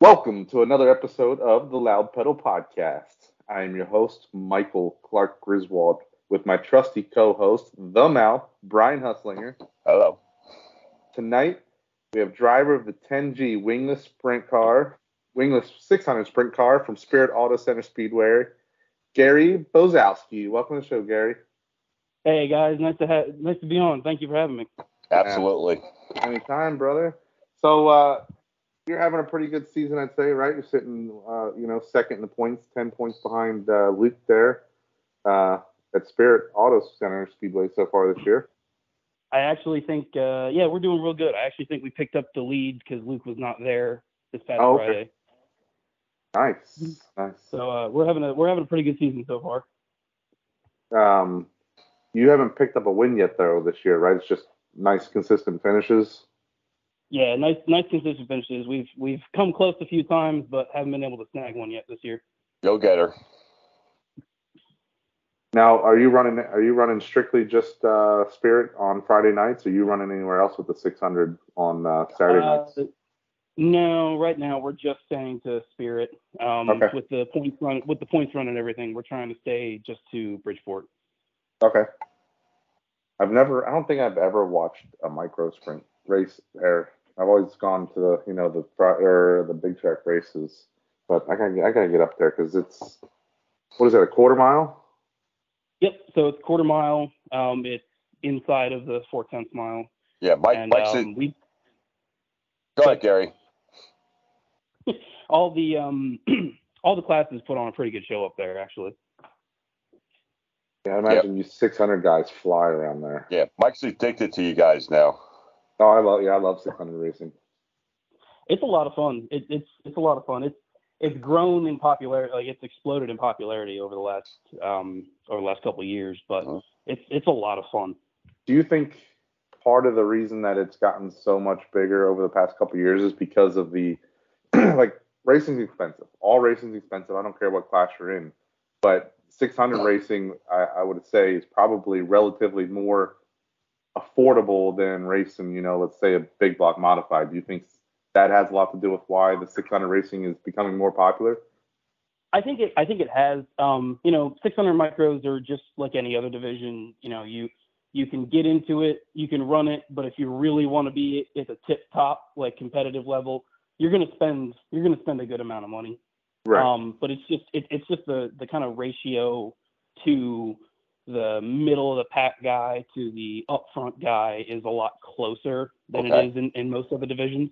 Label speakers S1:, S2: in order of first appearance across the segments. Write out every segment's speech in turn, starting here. S1: Welcome to another episode of the Loud Pedal Podcast. I am your host, Michael Clark Griswold, with my trusty co host, The Mouth, Brian Huslinger.
S2: Hello.
S1: Tonight, we have driver of the 10G wingless sprint car, wingless 600 sprint car from Spirit Auto Center Speedway, Gary Bozowski. Welcome to the show, Gary.
S3: Hey guys, nice to have, nice to be on. Thank you for having me.
S2: Absolutely.
S1: Anytime, brother. So, uh, you're having a pretty good season, I'd say, right? You're sitting, uh, you know, second in the points, 10 points behind uh, Luke there uh, at Spirit Auto Center Speedway so far this year.
S3: I actually think, uh, yeah, we're doing real good. I actually think we picked up the lead because Luke was not there this past
S1: Oh, okay.
S3: Friday.
S1: Nice, nice.
S3: So uh, we're having a we're having a pretty good season so far.
S1: Um, you haven't picked up a win yet, though, this year, right? It's just nice, consistent finishes.
S3: Yeah, nice nice consistent finishes. We've we've come close a few times, but haven't been able to snag one yet this year.
S2: Go get her.
S1: Now, are you running? Are you running strictly just uh, Spirit on Friday nights? Are you running anywhere else with the 600 on uh, Saturday
S3: Uh,
S1: nights?
S3: no, right now we're just staying to Spirit. Um,
S1: Okay.
S3: With the points run, with the points run and everything, we're trying to stay just to Bridgeport.
S1: Okay. I've never. I don't think I've ever watched a micro sprint race there. I've always gone to the you know the fri- or the big track races, but I gotta I gotta get up there because it's what is that a quarter mile?
S3: Yep. So it's quarter mile. Um, it's inside of the four tenths mile.
S2: Yeah, Mike.
S3: and
S2: Mike's
S3: um, we
S2: go ahead, Gary.
S3: all the um all the classes put on a pretty good show up there actually.
S1: Yeah, I imagine you 600 guys fly around there.
S2: Yeah, Mike's addicted to you guys now.
S1: Oh, I love yeah, I love 600 racing.
S3: It's a lot of fun. It, it's it's a lot of fun. It's it's grown in popularity, like it's exploded in popularity over the last um over the last couple of years. But
S2: Mhm.
S3: it's it's a lot of fun.
S1: Do you think part of the reason that it's gotten so much bigger over the past couple of years is because of the like racing's expensive. All racing's expensive. I don't care what class you're in, but 600 racing, I, I would say, is probably relatively more affordable than racing. You know, let's say a big block modified. Do you think that has a lot to do with why the 600 racing is becoming more popular?
S3: I think it. I think it has. Um, you know, 600 micros are just like any other division. You know, you you can get into it, you can run it, but if you really want to be at the tip top, like competitive level, you're gonna spend you're gonna spend a good amount of money. Um, but it's just it, it's just the the kind of ratio to the middle of the pack guy to the upfront guy is a lot closer than
S2: Okay.
S3: it is in, in most other divisions.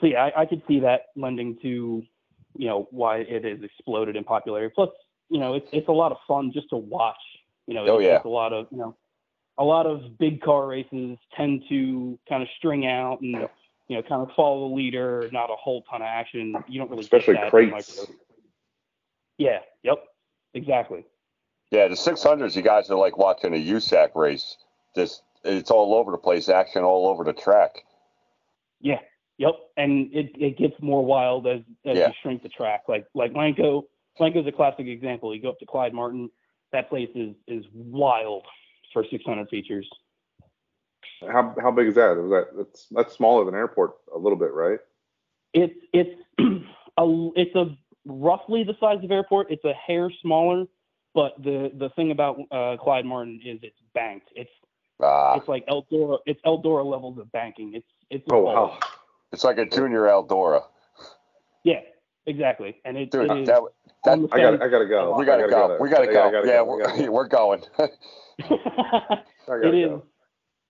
S3: So yeah, I, I could see that lending to you know why it has exploded in popularity. Plus, you know, it's it's a lot of fun just to watch. You know,
S2: Oh,
S3: it's,
S2: yeah.
S3: it's a lot of you know a lot of big car races tend to kind of string out and you know kind of follow the leader, not a whole ton of action. You don't really get
S1: Especially
S3: that in
S1: crates.
S3: micro. Yeah. Yep. Exactly.
S2: Yeah, the 600s, you guys are like watching a USAC race. Just it's all over the place, action all over the track.
S3: Yep. And it, it gets more wild as as
S2: Yeah.
S3: you shrink the track. Like like Lanco Lanco's a classic example. You go up to Clyde Martin, that place is is wild for 600 features.
S1: How how big is that? Is that that's that's smaller than airport a little bit, right?
S3: It's it's a it's a roughly the size of airport. It's a hair smaller, but the the thing about uh, Clyde Martin is it's banked. It's
S2: Ah,
S3: it's like Eldora it's Eldora levels of banking. It's it's a
S1: Oh
S3: ball.
S1: wow.
S2: it's like a junior Eldora.
S3: yeah exactly. And it,
S2: Dude,
S3: it is
S2: that, that-
S3: on the
S1: I
S3: fence.
S1: got I gotta go.
S2: we
S1: Oh, I
S2: gotta, go.
S1: there.
S2: We gotta
S1: Yeah,
S2: go.
S1: I gotta
S2: yeah,
S1: go. I
S2: we're,
S1: gotta go.
S2: we're going.
S1: I gotta
S3: it is.
S1: go.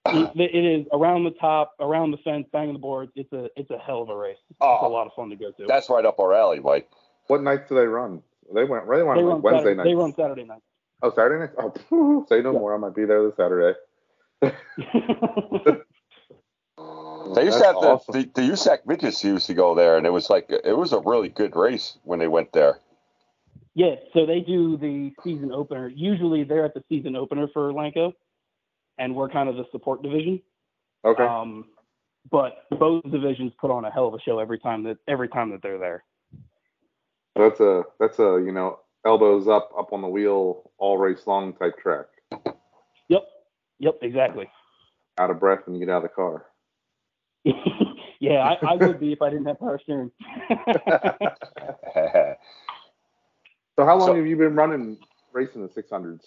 S1: Ah.
S3: It it is around the top, around the fence, banging the boards. It's a it's a hell of a race. It's
S1: Ah.
S3: a
S2: oh,
S3: lot of fun to go to.
S2: that's right up our alley, Mike.
S1: What nights do they run? They went. They went
S3: they
S1: on
S3: run
S1: like Wednesday
S3: Saturday,
S1: night.
S3: They run Saturday night.
S1: Oh, Saturday night. Oh, phew, say no
S3: Yeah.
S1: more. I might be there this Saturday.
S2: They used to
S1: That's
S2: have the,
S1: awesome.
S2: the the USAC midgets used to go there, and it was like it was a really good race when they went there.
S3: yeah, so they do the season opener. Usually they're at the season opener for Lanco, and we're kind of the support division.
S1: Okay.
S3: Um, but both divisions put on a hell of a show every time that every time that they're there.
S1: that's a that's a you know elbows up up on the wheel all race long type track.
S3: Yep. Yep. Exactly.
S1: Out of breath when you get out of the car.
S3: Yeah, I, I would be if I didn't have power steering.
S1: So how long
S2: So-
S1: have you been running racing the 600s?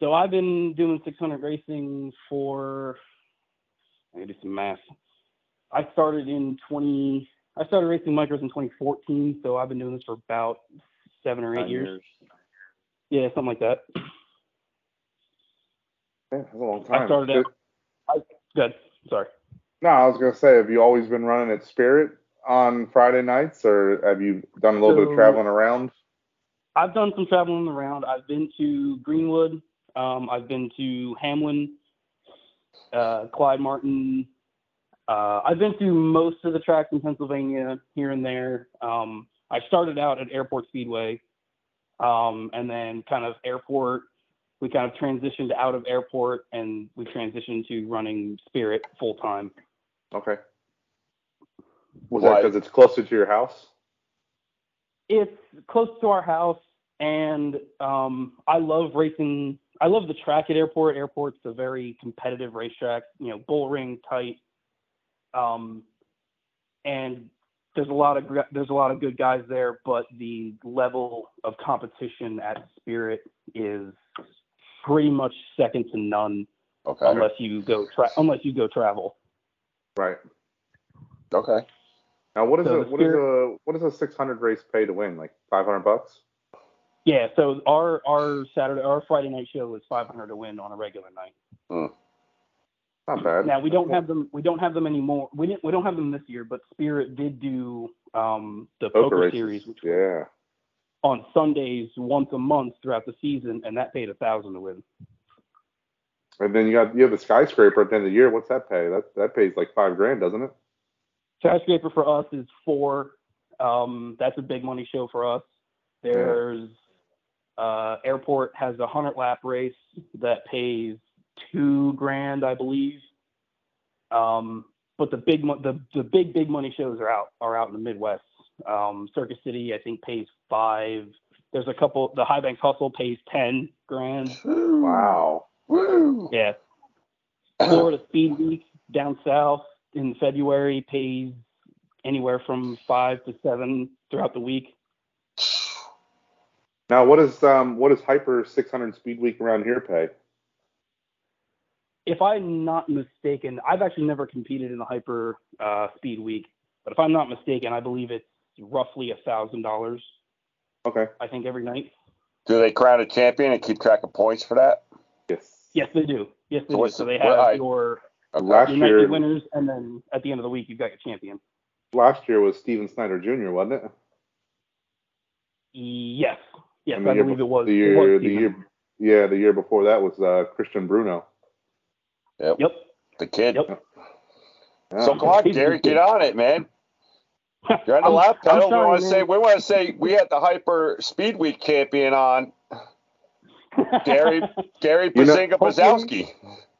S3: so I've been doing 600 racing for. I gotta do some math. I started in 20. I started racing micros in 2014, so I've been doing this for about seven or eight
S1: Nine
S3: years. Yeah, something like that.
S1: Yeah, that's a long time.
S3: I started out. I, good. Sorry.
S1: No, I was gonna say, have you always been running at Spirit on Friday nights, or have you done a little bit
S3: So-
S1: of traveling around?
S3: I've done some traveling around. I've been to Greenwood. Um, I've been to Hamlin, uh, Clyde Martin. Uh, I've been to most of the tracks in Pennsylvania here and there. Um, I started out at Airport Speedway, um, and then kind of airport. We kind of transitioned out of airport, and we transitioned to running Spirit full time.
S1: Okay. Was
S2: Why-
S1: that because it's closer to your house?
S3: it's close to our house and um i love racing i love the track at airport airport's a very competitive racetrack you know bull ring tight um and there's a lot of gr- there's a lot of good guys there but the level of competition at spirit is pretty much second to none
S2: okay.
S3: unless you go tra- unless you go travel
S1: Right.
S2: Okay.
S1: Now, what is
S3: So
S1: a
S3: the
S1: what is
S3: Spirit-
S1: a what is a 600 race pay to win? Like 500 bucks?
S3: yeah so our our saturday our friday night show is 500 to win on a regular night
S1: Not bad.
S3: Now we don't have them. We don't have them anymore. We didn't. We don't have them this year. But Spirit did do um, the poker,
S1: races.
S3: series which was
S1: Yeah.
S3: on Sundays once a month throughout the season, and that paid a thousand to win.
S1: And then you got you have the skyscraper at the end of the year. What's that pay? That that pays like five grand, doesn't it?
S3: Skyscraper for us is four. Um, that's a big money show for us. There's uh, Airport has a hundred lap race that pays two grand, I believe. Um, but the big mo- the the big big money shows are out are out in the Midwest. Um, Circus City I think pays five. There's a couple. The High Banks Hustle pays ten grand.
S2: Hmm.
S1: Wow.
S2: Woo.
S3: Yeah. Florida Speed Week down south in February pays anywhere from five to seven throughout the week.
S1: Now what is um what is Hyper 600 Speed Week around here pay?
S3: If I'm not mistaken, I've actually never competed in the Hyper uh, Speed Week, but if I'm not mistaken, I believe it's roughly a thousand dollars.
S1: Okay.
S3: I think every night.
S2: Do they crown a champion and keep track of points for that?
S1: Yes.
S3: Yes, they do. Yes, they
S2: So
S3: do.
S2: what's
S3: So
S2: the-
S3: they
S2: what I-
S3: have your
S1: Last
S3: your
S1: year
S3: nightly winners, and then at the end of the week, you've got your champion.
S1: last year was Steven Snyder Jr. wasn't it?
S3: Yes, yes,
S1: And the
S3: I
S1: year
S3: believe
S1: bef-
S3: it was.
S1: the
S3: it was
S1: year, the
S3: Steven.
S1: year, yeah, the year before that was uh, Christian Bruno.
S3: Yep.
S2: The kid.
S3: Yep.
S1: Yeah.
S2: So come on, Gary, get on it, man. You're on the
S3: I'm-
S2: lap
S3: I'm
S2: pedal. We
S3: sorry,
S2: want to
S3: man.
S2: say we want to say we had the Hyper Speed Week champion on Gary Gary
S1: You know-
S2: Pazinga Bazowski.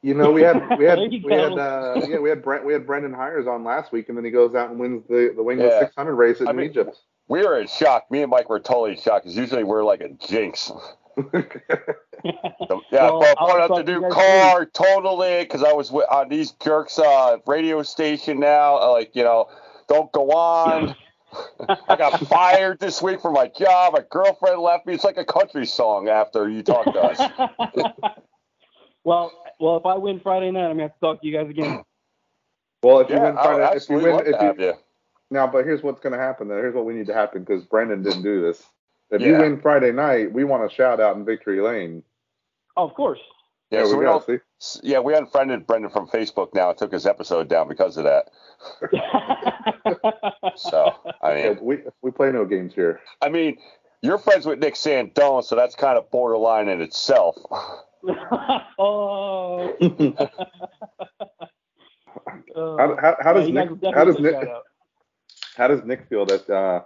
S1: you know we had we had
S3: There you
S1: we had
S3: go.
S1: uh, yeah we had Brent we had Brendan Hires on last week, and then he goes out and wins the the Wingless
S2: Yeah.
S1: 600 race in
S2: I mean-
S1: Egypt.
S2: We were in shock. Me and Mike were totally shocked because usually we're like a jinx. So, yeah,
S3: Well,
S2: well,
S3: I'll
S2: brought up the
S3: talk to you
S2: new
S3: guys
S2: car, totally, because I was wi- on these jerks' uh, radio station now. uh, Like, you know, don't go on. I got fired this week from my job. My girlfriend left me. It's like a country song after you talk to us.
S3: well, well, if I win Friday night, I'm gonna have to talk to you guys again.
S1: well, if you
S2: yeah,
S1: win
S2: I would
S1: Friday, if you
S2: absolutely
S1: win,
S2: love to
S1: if you,
S2: have you.
S1: now, but here's what's gonna happen. Though. Here's what we need to happen because Brendan didn't do this. If you
S2: Yeah.
S1: win Friday night, we want a shout out in victory lane.
S3: Oh, of course.
S2: Yeah,
S1: There
S2: so
S1: we
S2: we
S1: go.
S2: don't,
S1: See,
S2: s- yeah, we unfriended Brendan from Facebook now and took his episode down because of that. So, I
S1: Yeah,
S2: mean,
S1: we we play no games here.
S2: I mean, you're friends with Nick Sandone, so that's kind of borderline in itself.
S3: oh.
S1: How, how, how does
S3: yeah,
S1: Nick
S3: you guys
S1: how
S3: definitely
S1: does
S3: took
S1: Nick
S3: that out.
S1: how does Nick feel that uh,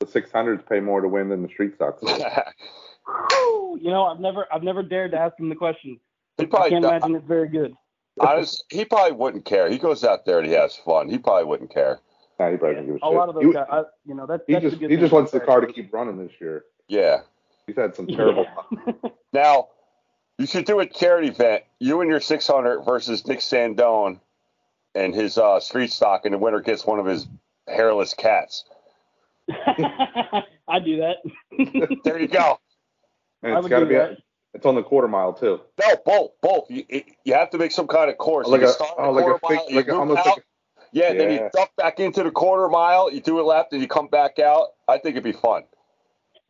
S1: the 600s pay more to win than the street stocks?
S3: Whew, You know, I've never, I've never dared to ask him the question.
S2: he
S3: I
S2: probably
S3: can't
S2: do-
S3: imagine it's very good.
S2: Honest, he probably wouldn't care. He goes out there and he has fun. He probably wouldn't care.
S1: Nah, he probably doesn't give a
S3: A
S1: shit.
S3: lot of those
S1: You-
S3: guys, I, you know, that's
S1: He
S3: that's the
S1: just
S3: good
S1: he
S3: thing
S1: just wants the
S3: about
S1: car to
S3: that.
S1: keep running this year.
S2: Yeah.
S1: He's had some
S3: Yeah.
S1: terrible.
S2: Now, you should do a charity event. You and your 600 versus Nick Sandone and his uh, street stock, and the winner gets one of his hairless cats.
S3: I do that.
S2: There you go.
S1: And
S3: I
S1: it's
S3: would
S1: got to
S3: do
S1: be.
S3: that.
S1: It's on the quarter mile too.
S2: No, both, both. You, it- you have to make some kind of course.
S1: Like
S2: you
S1: a,
S2: start in
S1: oh,
S2: the
S1: like a,
S2: quarter
S1: fake,
S2: mile, you
S1: like a,
S2: loop
S1: almost
S2: out,
S1: like a,
S2: yeah, and then
S1: Yeah.
S2: you duck back into the quarter mile. You do a lap, then you come back out. I think it'd be fun.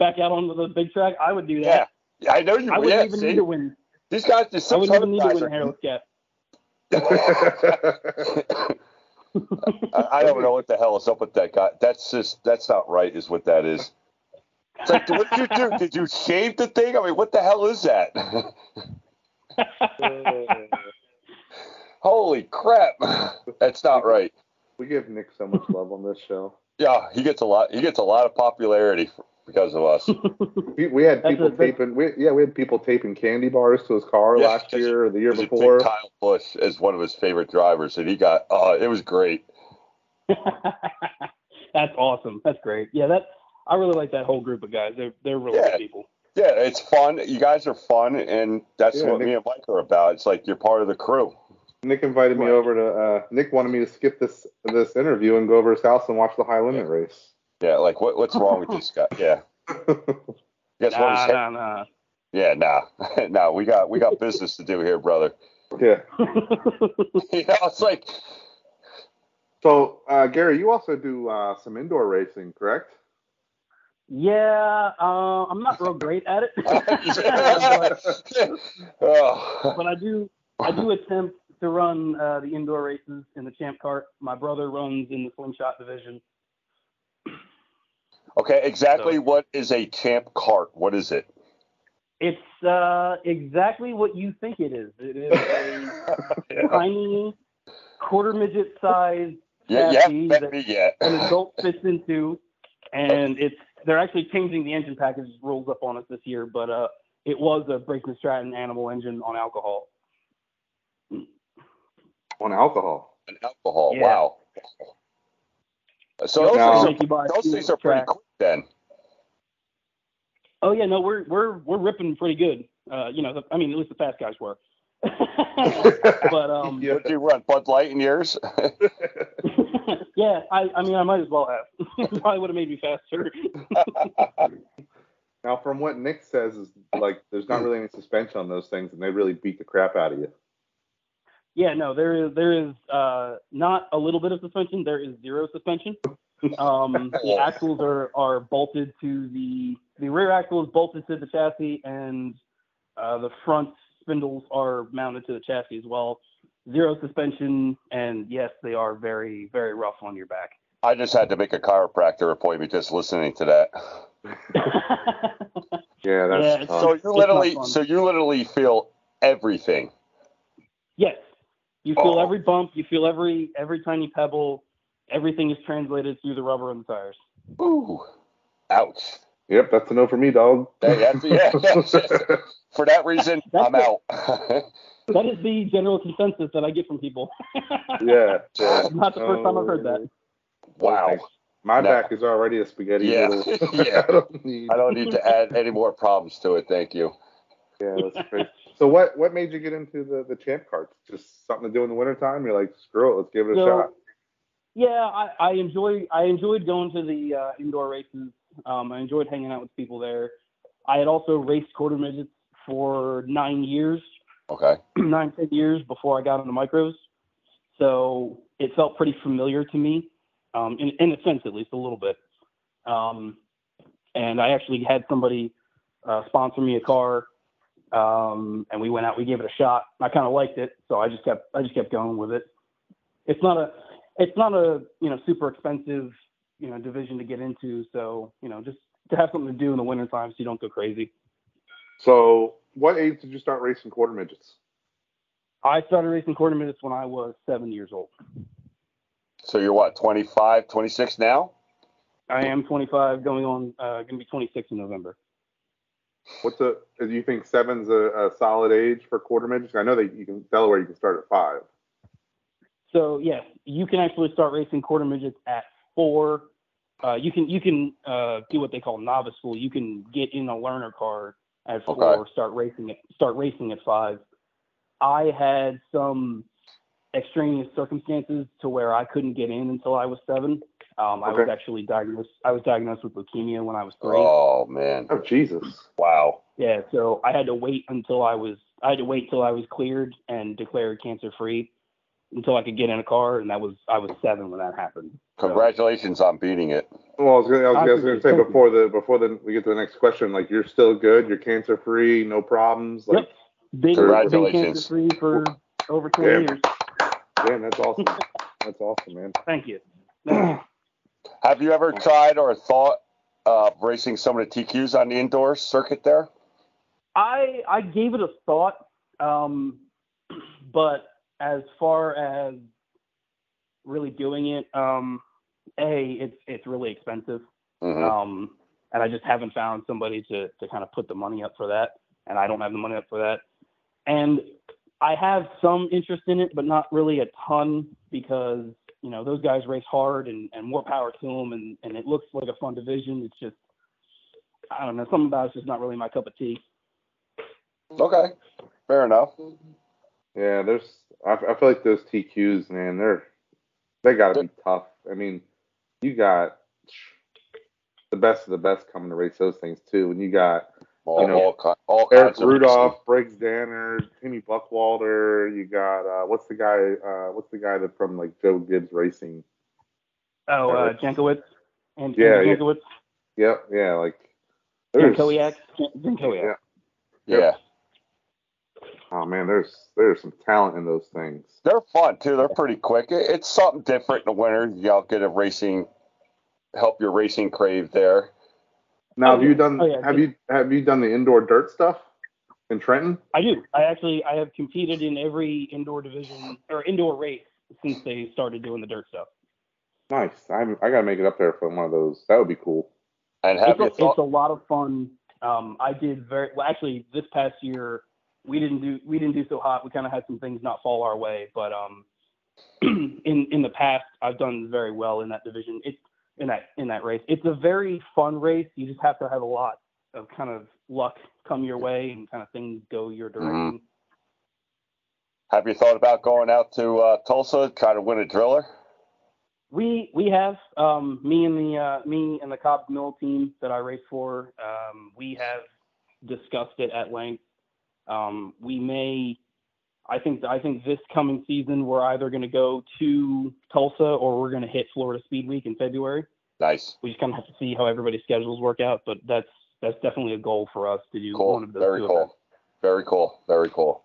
S3: Back out onto the big track, I would do that.
S2: Yeah, I know you.
S3: I
S2: would
S3: wouldn't
S2: yeah,
S3: even
S2: see?
S3: need to win.
S2: These guys, these
S3: I wouldn't even
S2: 600
S3: need to
S2: guys
S3: win
S2: are.
S3: hairless cat.
S2: I, I don't know what the hell is up with that guy. That's just that's not right, is what that is. It's like, what did you do? Did you shave the thing? I mean, what the hell is that? Holy crap, that's not right.
S1: we give Nick so much love on this show.
S2: Yeah, he gets a lot. He gets a lot of popularity f- because of us.
S1: We, we had
S3: That's
S1: people
S3: a- that's-
S1: taping. We, yeah, we had people taping candy bars to his car
S2: Yeah,
S1: last
S2: because-
S1: year or the year
S2: He picked
S1: before.
S2: Kyle Busch as one of his favorite drivers, and he got. Oh, it was great.
S3: That's awesome. That's great. Yeah, that I really like that whole group of guys. They're they're really
S2: Yeah.
S3: good people.
S2: Yeah, it's fun. You guys are fun, and that's
S1: Yeah,
S2: what
S1: Nick-
S2: me and Mike are about. It's like you're part of the crew.
S1: Nick invited me
S3: Right.
S1: over to. Uh, Nick wanted me to skip this this interview and go over his house and watch the high limit race.
S2: Yeah, like what what's wrong with this guy? Yeah. You guys want his
S3: Nah,
S2: head-
S3: nah, nah.
S2: Yeah, nah. nah, we got we got business to do here, brother.
S1: yeah.
S2: you know, it's like
S1: So uh, Gary, you also do uh, some indoor racing, correct?
S3: yeah, uh, I'm not real great at it, but,
S2: oh.
S3: but I do I do attempt to run uh, the indoor races in the champ cart. My brother runs in the slingshot division.
S2: Okay, exactly what is a champ cart? What is it?
S3: It's uh, exactly what you think it is. It is a tiny quarter midget size
S2: Yeah, you haven't
S3: chassis
S2: met
S3: that
S2: me yet.
S3: an adult fits into, and it's they're actually changing the engine package rules up on us this year, but uh, it was a Brakeman Stratton animal engine on alcohol.
S1: On alcohol.
S2: And alcohol.
S3: Yeah.
S2: Wow. So those,
S1: Now-
S2: things,
S3: Make you buy
S2: are,
S3: a
S2: those
S3: few
S2: things are pretty
S3: tracks.
S2: quick then.
S3: Oh yeah, no, we're we're we're ripping pretty good. Uh, you know, the, I mean, at least the fast guys were. but um,
S1: Yeah.
S3: yeah,
S2: Would you run Bud Light in yours?
S3: I, I mean, I might as well have. Probably would have made me faster.
S1: Now, from what Nick says, is like there's not really any suspension on those things, and they really beat the crap out of you.
S3: Yeah, no, there is there is uh, not a little bit of suspension. There is zero suspension. Um, the
S2: Yeah.
S3: axles are, are bolted to the the rear axle is bolted to the chassis, and uh, the front spindles are mounted to the chassis as well. Zero suspension, and yes, they are very very rough on your back.
S2: I just had to make a chiropractor appointment just listening to that.
S1: Yeah, that's
S3: Yeah, it's
S1: tough.
S2: So
S3: Uh, It's
S2: you
S3: not
S2: literally,
S3: fun.
S2: so you literally feel everything.
S3: yes, you feel
S2: Oh.
S3: every bump, you feel every every tiny pebble. Everything is translated through the rubber and the tires.
S2: Ooh, ouch.
S1: Yep, that's a no for me, dog.
S2: Hey, that's- yeah, that's just- For that reason,
S3: That's
S2: I'm
S3: it.
S2: out.
S3: That is the general consensus that I get from people.
S1: yeah, yeah.
S3: Not the first time I've heard that.
S2: wow.
S1: My
S2: No.
S1: back is already a spaghetti
S2: Yeah.
S1: noodle.
S2: Yeah.
S1: I don't need.
S2: I don't need to add any more problems to it. Thank you.
S1: Yeah, that's crazy. So what what made you get into the the champ carts? Just something to do in the wintertime? You're like, screw it, let's give it a
S3: So-
S1: shot.
S3: Yeah, I, I enjoy I enjoyed going to the uh, indoor races. Um, I enjoyed hanging out with people there. I had also raced quarter midgets for nine years,
S2: Okay.
S3: nine ten years before I got into micros. So it felt pretty familiar to me, um, in in a sense at least a little bit. Um, and I actually had somebody uh, sponsor me a car, um, and we went out. We gave it a shot. I kind of liked it, so I just kept I just kept going with it. It's not a it's not a you know super expensive you know division to get into, so you know just to have something to do in the wintertime so you don't go crazy.
S1: So what age did you start racing quarter midgets?
S3: I started racing quarter minutes when I was seven years old.
S2: So you're what, 25, 26 now?
S3: I am 25, going on uh, going to be 26 in November.
S1: What's a do you think seven's a, a solid age for quarter midgets? I know that you can Delaware you can start at five.
S3: So yes, you can actually start racing quarter midgets at four. Uh, you can you can uh, do what they call novice school. You can get in a learner car at four,
S2: Okay.
S3: start racing at start racing at five. I had some extraneous circumstances to where I couldn't get in until I was seven. Um, I was
S1: Okay.
S3: actually diagnosed. I was diagnosed with leukemia when I was three.
S2: Oh man.
S1: Oh Jesus.
S2: Wow.
S3: Yeah, so I had to wait until I was I had to wait till I was cleared and declared cancer free until I could get in a car, and that was I was seven when that happened. So-
S2: Congratulations on beating it.
S1: Well, I was gonna, I was, I was
S3: Obviously,
S1: gonna say
S3: thank you.
S1: before the before the we get to the next question, like you're still good, you're cancer free, no problems. Like,
S3: Been,
S2: Congratulations.
S3: cancer free for over 20
S1: Yeah.
S3: years.
S1: damn, that's awesome. that's awesome, man.
S3: Thank you.
S2: Have you ever tried or thought of racing some of the TQs on the indoor circuit there?
S3: I I gave it a thought, um, but as far as really doing it, um, a it's it's really expensive,
S2: hmm
S3: um, and I just haven't found somebody to to kind of put the money up for that, and I don't have the money up for that, and I have some interest in it, but not really a ton because you know those guys race hard and and more power to them, and and it looks like a fun division. It's just I don't know, something about it's just not really my cup of tea.
S2: Okay. Fair enough.
S1: Yeah, there's. I, I feel like those TQs, man. They're they gotta be tough. I mean, you got the best of the best coming to race those things too, and you got
S2: All,
S1: You know,
S2: all, ki- all
S1: Eric
S2: kinds of
S1: Rudolph, Briggs Danner, Timmy Buckwalter. You got uh, what's the guy? Uh, what's the guy that from like Joe Gibbs Racing?
S3: Oh, uh,
S1: Alright.
S3: Jankowitz and
S1: Yeah,
S3: and
S1: yeah.
S3: Jankowitz,
S1: Yep, yeah, like there's-
S3: Jankowiak, Jan- Jankowiak.
S1: Yeah.
S2: Yeah.
S1: Oh man, there's there's some talent in those things.
S2: They're fun too. They're pretty quick. It- It's something different in the winter. Y'all get a racing, help your racing crave there.
S1: Now,
S3: Oh,
S1: have you
S3: yeah.
S1: done
S3: Oh, yeah,
S1: have
S3: yeah.
S1: you have you done the indoor dirt stuff in Trenton?
S3: I do. I actually I have competed in every indoor division or indoor race since they started doing the dirt stuff.
S1: Nice. I'm, I gotta make it up there for one of those. That would be cool.
S2: And have
S3: It's a,
S2: you
S3: it's
S2: thought?
S3: a lot of fun. Um, I did very well. Actually, this past year we didn't do we didn't do so hot. We kind of had some things not fall our way, but um, in in the past I've done very well in that division. It's in that in that race. It's a very fun race. You just have to have a lot of kind of luck come your way and kind of things go your direction.
S2: Have you thought about going out to uh, Tulsa, try to win a driller?
S3: We we have um, me and the uh, me and the Cobb Mill team that I race for. Um, we have discussed it at length. Um, we may, I think I think this coming season we're either going to go to Tulsa or we're going to hit Florida Speed Week in February.
S2: Nice.
S3: We just kind of have to see how everybody's schedules work out, but that's that's definitely a goal for us to do
S2: Cool.
S3: one of those
S2: Very
S3: two
S2: cool.
S3: events.
S2: Very cool. Very cool.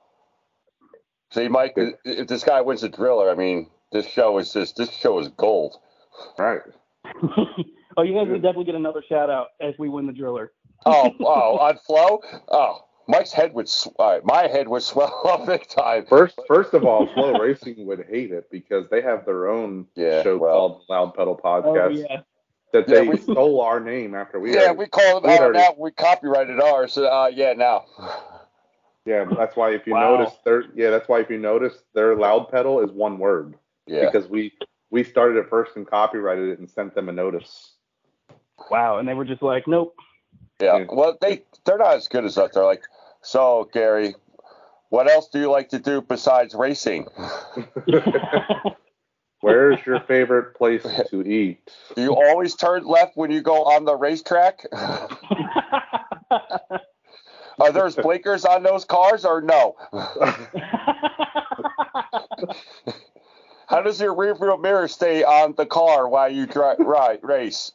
S2: See, Mike,
S1: Yeah.
S2: if this guy wins a driller, I mean, this show is just this show is gold.
S1: Right.
S3: oh, you guys
S1: Yeah.
S3: will definitely get another shout out as we win the driller.
S2: Oh, oh, on flow. Oh, Mike's head would. Sw- all right, my head would swell up big time.
S1: First, first of all, Flow Racing would hate it because they have their own
S2: Yeah,
S1: show
S2: well.
S1: called Loud Pedal Podcast
S3: Oh yeah.
S1: that
S2: Yeah,
S1: they
S2: we-
S1: stole our name after we.
S2: yeah,
S1: already-
S2: we call them
S1: we
S2: out
S1: already-
S2: now. We copyrighted ours. Uh, yeah, now.
S1: yeah. but That's why if you
S3: Wow.
S1: notice, their yeah, that's why if you notice, their Loud Pedal is one word
S2: Yeah.
S1: because we we started it first and copyrighted it and sent them a notice.
S3: Wow, and they were just like, nope.
S2: Yeah.
S1: Yeah.
S2: Well, they they're not as good as us. They're like, so Gary, what else do you like to do besides racing?
S1: Where's your favorite place to eat?
S2: Do you always turn left when you go on the racetrack? Are there blinkers on those cars or no? How does your rearview mirror stay on the car while you drive right race?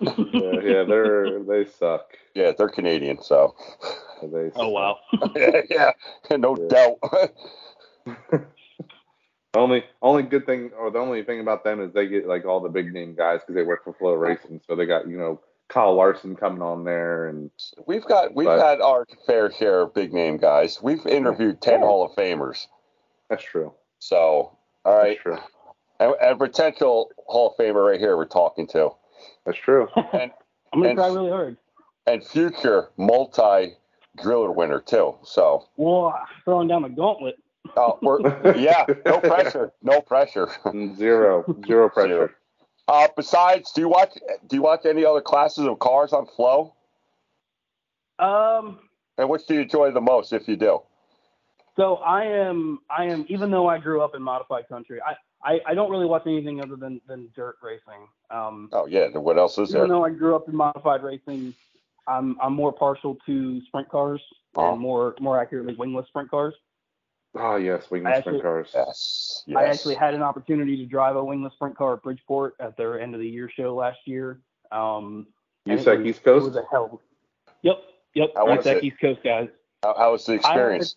S1: Yeah, Uh, yeah, they're they suck.
S2: Yeah, they're Canadian, so
S1: They
S3: oh
S1: suck.
S3: wow.
S2: yeah, no
S1: Yeah.
S2: doubt.
S1: Only only good thing or the only thing about them is they get like all the big name guys because they work for Flow Racing, so they got you know Kyle Larson coming on there and
S2: We've got we've
S1: But-
S2: had our fair share of big name guys. We've interviewed ten
S1: Yeah.
S2: Hall of Famers.
S1: that's true.
S2: So all
S1: That's
S2: right,
S1: true.
S2: and, and potential Hall of Famer right here we're talking to,
S1: That's true.
S3: I'm gonna
S2: And-
S3: try really hard.
S2: and future multi driller winner too. So
S3: Well, throwing down the gauntlet.
S2: uh, we're yeah, no pressure, no pressure.
S1: Zero zero pressure.
S2: Uh, besides, do you watch do you watch any other classes of cars on Flow?
S3: Um,
S2: And which do you enjoy the most if you do?
S3: So I am I am even though I grew up in modified country, I, I, I don't really watch anything other than, than dirt racing. Um,
S2: Oh yeah, then what else is there?
S3: even though I grew up in modified racing, I'm I'm more partial to sprint cars
S2: Oh.
S3: and more more accurately wingless sprint cars.
S1: Oh yes, we
S3: I
S1: can
S3: actually-
S1: sprint cars.
S2: Yes, yes.
S3: I actually had an opportunity to drive a wingless sprint car at Bridgeport at their end of the year show last year. Um,
S1: You
S3: and it
S1: said
S3: was-
S1: East
S3: it
S1: Coast.
S3: was a hell. Yep, yep.
S2: How was
S3: Tech
S2: it?
S3: East Coast guys.
S2: how, how was the experience?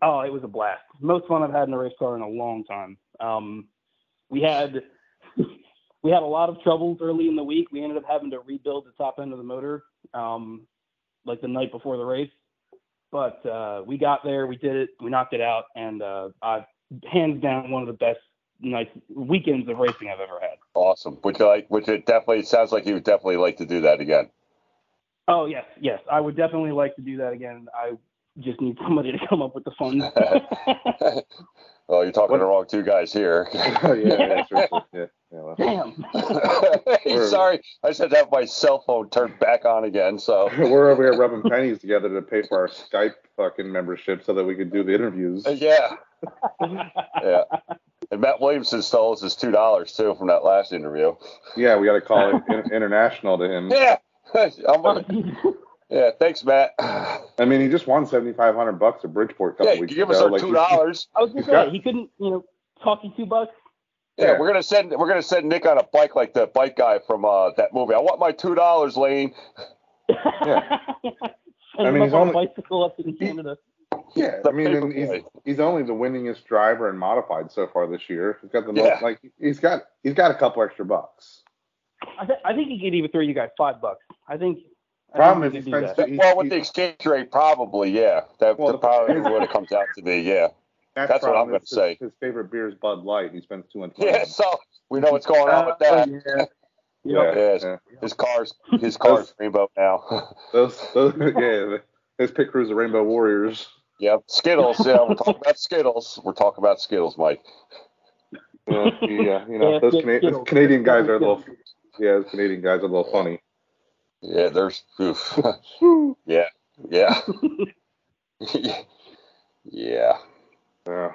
S3: oh, it was a blast. Most fun I've had in a race car in a long time. Um, we had we had a lot of troubles early in the week. We ended up having to rebuild the top end of the motor, um, like the night before the race. But uh, we got there, we did it, we knocked it out, and uh, I hands down one of the best nights weekends of racing I've ever had.
S2: Awesome. Would you like? Would you definitely? It sounds like you would definitely like to do that again.
S3: Oh yes, yes, I would definitely like to do that again. I just need somebody to come up with the funds.
S2: well, you're talking
S1: What-
S2: to the wrong two guys here.
S1: Oh, yeah, yeah, seriously. Yeah, yeah. well.
S3: Damn.
S1: We're-
S2: Sorry, I said to have my cell phone turned back on again. So
S1: We're over here rubbing pennies together to pay for our Skype fucking membership so that we could do the interviews.
S2: Uh, yeah, yeah. And Matt Williamson stole us his two dollars too from that last interview.
S1: Yeah, we got to call it in- international to him.
S2: Yeah, I'm gonna- yeah. Thanks, Matt.
S1: I mean, he just won seventy five hundred bucks at Bridgeport a couple
S2: Yeah, you
S1: weeks
S2: give
S1: ago.
S2: us our
S1: Like,
S2: two
S1: you-
S2: dollars.
S3: I was gonna
S1: He's
S3: say
S1: got-
S3: he couldn't, you know, talk you two bucks.
S2: Yeah,
S1: Yeah.
S2: we're gonna send we're gonna send Nick on a bike like the bike guy from uh, that movie. I want my two dollars, Lane.
S1: Yeah.
S3: Send
S1: I mean,
S3: him
S1: he's
S3: up on a
S1: only-
S3: bicycle up in Canada.
S1: Yeah, I mean, and he's he's only the winningest driver in modified so far this year. He's got the
S2: Yeah.
S1: most, like he's got he's got a couple extra bucks.
S3: I, th- I think he could even throw you guys five bucks. I think. I
S1: Problem
S3: think
S1: is
S3: we
S1: he
S3: could do
S1: spends
S3: that.
S1: he-
S2: Well, with
S1: he-
S2: the exchange rate, probably yeah. That
S1: Well,
S2: that
S1: the-
S2: probably what it comes out to be. Yeah,
S1: Matt's
S2: that's what
S1: problem
S2: I'm gonna
S1: is
S2: say.
S1: His, his favorite beer is Bud Light. He spends two and twenty.
S2: yeah. So we know what's going on with that.
S3: Uh, yeah.
S1: yeah,
S3: Yep.
S2: Yes.
S1: yeah.
S2: His car's his car's rainbow now.
S1: Those, those, yeah, his pit crews the Rainbow Warriors.
S2: yep. Skittles. Yeah, we're talking about Skittles. We're talking about Skittles, Mike.
S1: Yeah, yeah, you know
S3: Yeah,
S1: those,
S3: get
S1: Cana- those
S3: Skittles.
S1: Canadian guys are a little.
S3: Skittles.
S1: Yeah, those Canadian guys are a little funny.
S2: Yeah, there's oof. yeah, yeah, yeah.
S1: Yeah.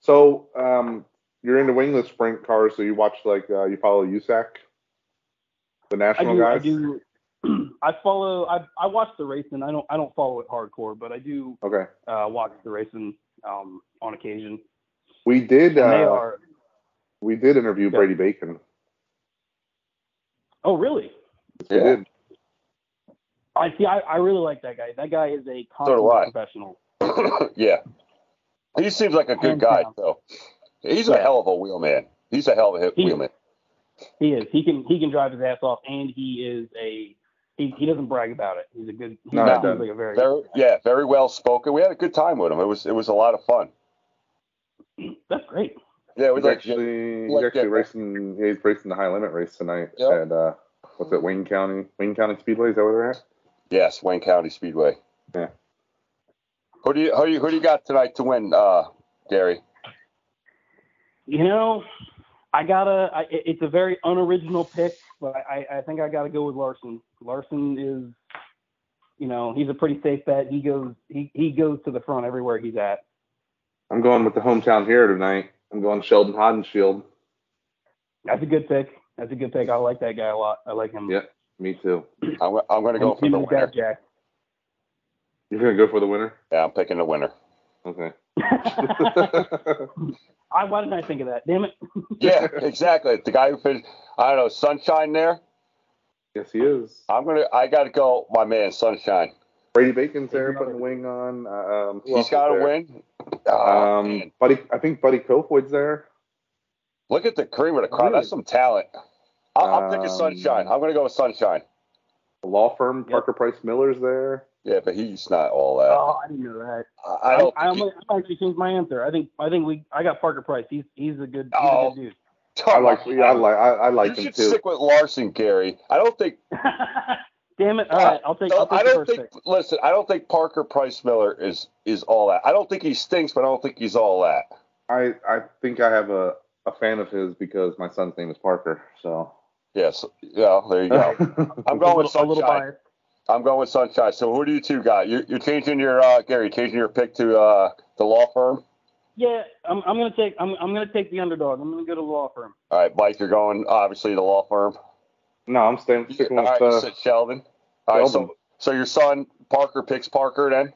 S1: So, um, you're into wingless sprint cars, so you watch like uh, you follow USAC, the
S3: I
S1: national
S3: do. I
S1: guys.
S3: do. I follow. I I watch the racing. I don't. I don't follow it hardcore, but I do
S1: Okay.
S3: uh, watch the racing um, on occasion.
S1: We did.
S3: And they
S1: Uh,
S3: are.
S1: we did interview
S3: Yeah.
S1: Brady Bacon.
S3: Oh, really?
S1: We
S2: Yeah.
S1: did.
S3: I see. I, I really like that guy. That guy is a
S2: do
S3: consummate
S2: I.
S3: professional.
S2: yeah. He seems like a good
S3: Hands
S2: guy,
S3: down.
S2: though. He's a
S3: Yeah.
S2: hell of a wheelman. He's a hell of a
S3: He-
S2: wheelman.
S3: He is. He can he can drive his ass off, and he is a he, he doesn't brag about it. He's a good. He
S1: No, he
S3: seems
S1: doesn't.
S3: like a very.
S2: Very, yeah, very well spoken. We had a good time with him. It was it was a lot of fun.
S3: That's great.
S2: Yeah, it was
S1: He's
S2: like
S1: actually, he's
S2: like
S1: actually
S2: Jim-
S1: racing. He's racing the high limit race tonight
S2: Yeah.
S1: at uh, what's it, Wayne County? Wayne County Speedway? Is that where they're at?
S2: yes, Wayne County Speedway.
S1: Yeah.
S2: Who do you who do you, who do you got tonight to win, uh, Gary?
S3: You know, I gotta. I, it- it's a very unoriginal pick, but I, I think I gotta go with Larson. Larson is, you know, he's a pretty safe bet. He goes he he goes to the front everywhere he's at.
S1: I'm going with the hometown hero tonight. I'm going Sheldon Hodenshield.
S3: That's a good pick. That's a good pick. I like that guy a lot. I like him.
S1: Yeah, Me too.
S2: I'm I'm going to go for
S3: Him
S2: the
S3: and his dad,
S2: winner.
S3: Jack.
S1: You're gonna go for the winner?
S2: Yeah, I'm picking the winner.
S1: Okay.
S3: I why didn't I think of that? Damn it.
S2: Yeah, exactly. The guy who finished, I don't know, Sunshine there.
S1: yes, he is.
S2: I'm gonna, I gotta go, my man, Sunshine.
S1: Brady Bacon's there
S3: He's
S1: putting the wing on. Um, who else
S2: He's
S1: is
S2: got to
S1: there?
S2: win. Ah,
S1: Um,
S2: man.
S1: Buddy, I think Buddy Kofoid's there.
S2: Look at the cream of the crop. That's some talent. I, I'm picking
S1: Um,
S2: Sunshine. I'm gonna go with Sunshine.
S1: The law firm Parker Price Miller's there.
S2: Yeah, but he's not all that.
S3: Oh, I didn't know that.
S2: I, I
S3: I,
S2: don't.
S3: I,
S2: think
S3: almost- I actually changed my answer. I think I think we I got Parker Price. He's he's a good, he's
S2: Oh.
S3: a good dude.
S2: he-
S1: I like, yeah, I like, I, I like
S2: you
S1: him
S2: should
S1: too.
S2: stick with Larson, Gary. I don't think.
S3: Damn it! All right, I'll take. I'll take
S2: I
S3: the
S2: don't
S3: first
S2: think.
S3: pick.
S2: Listen, I don't think Parker Price Miller is is all that. I don't think he stinks, but I don't think he's all that.
S1: I, I think I have a, a fan of his because my son's name is Parker. So.
S2: Yes. Yeah. There you go. I'm going with
S3: a little, a little
S2: Sunshine.
S3: biased.
S2: I'm going with Sunshine. So who do you two got? You're, you're changing your uh, Gary, changing your pick to uh, the law firm.
S3: Yeah, I'm, I'm gonna take I'm, I'm gonna take the underdog. I'm gonna go to the law firm.
S2: All right, Mike, you're going obviously the law firm.
S1: No, I'm staying sticking
S2: All
S1: with
S2: right, you
S1: uh,
S2: said Sheldon. All right,
S1: Sheldon.
S2: so so your son Parker picks Parker then.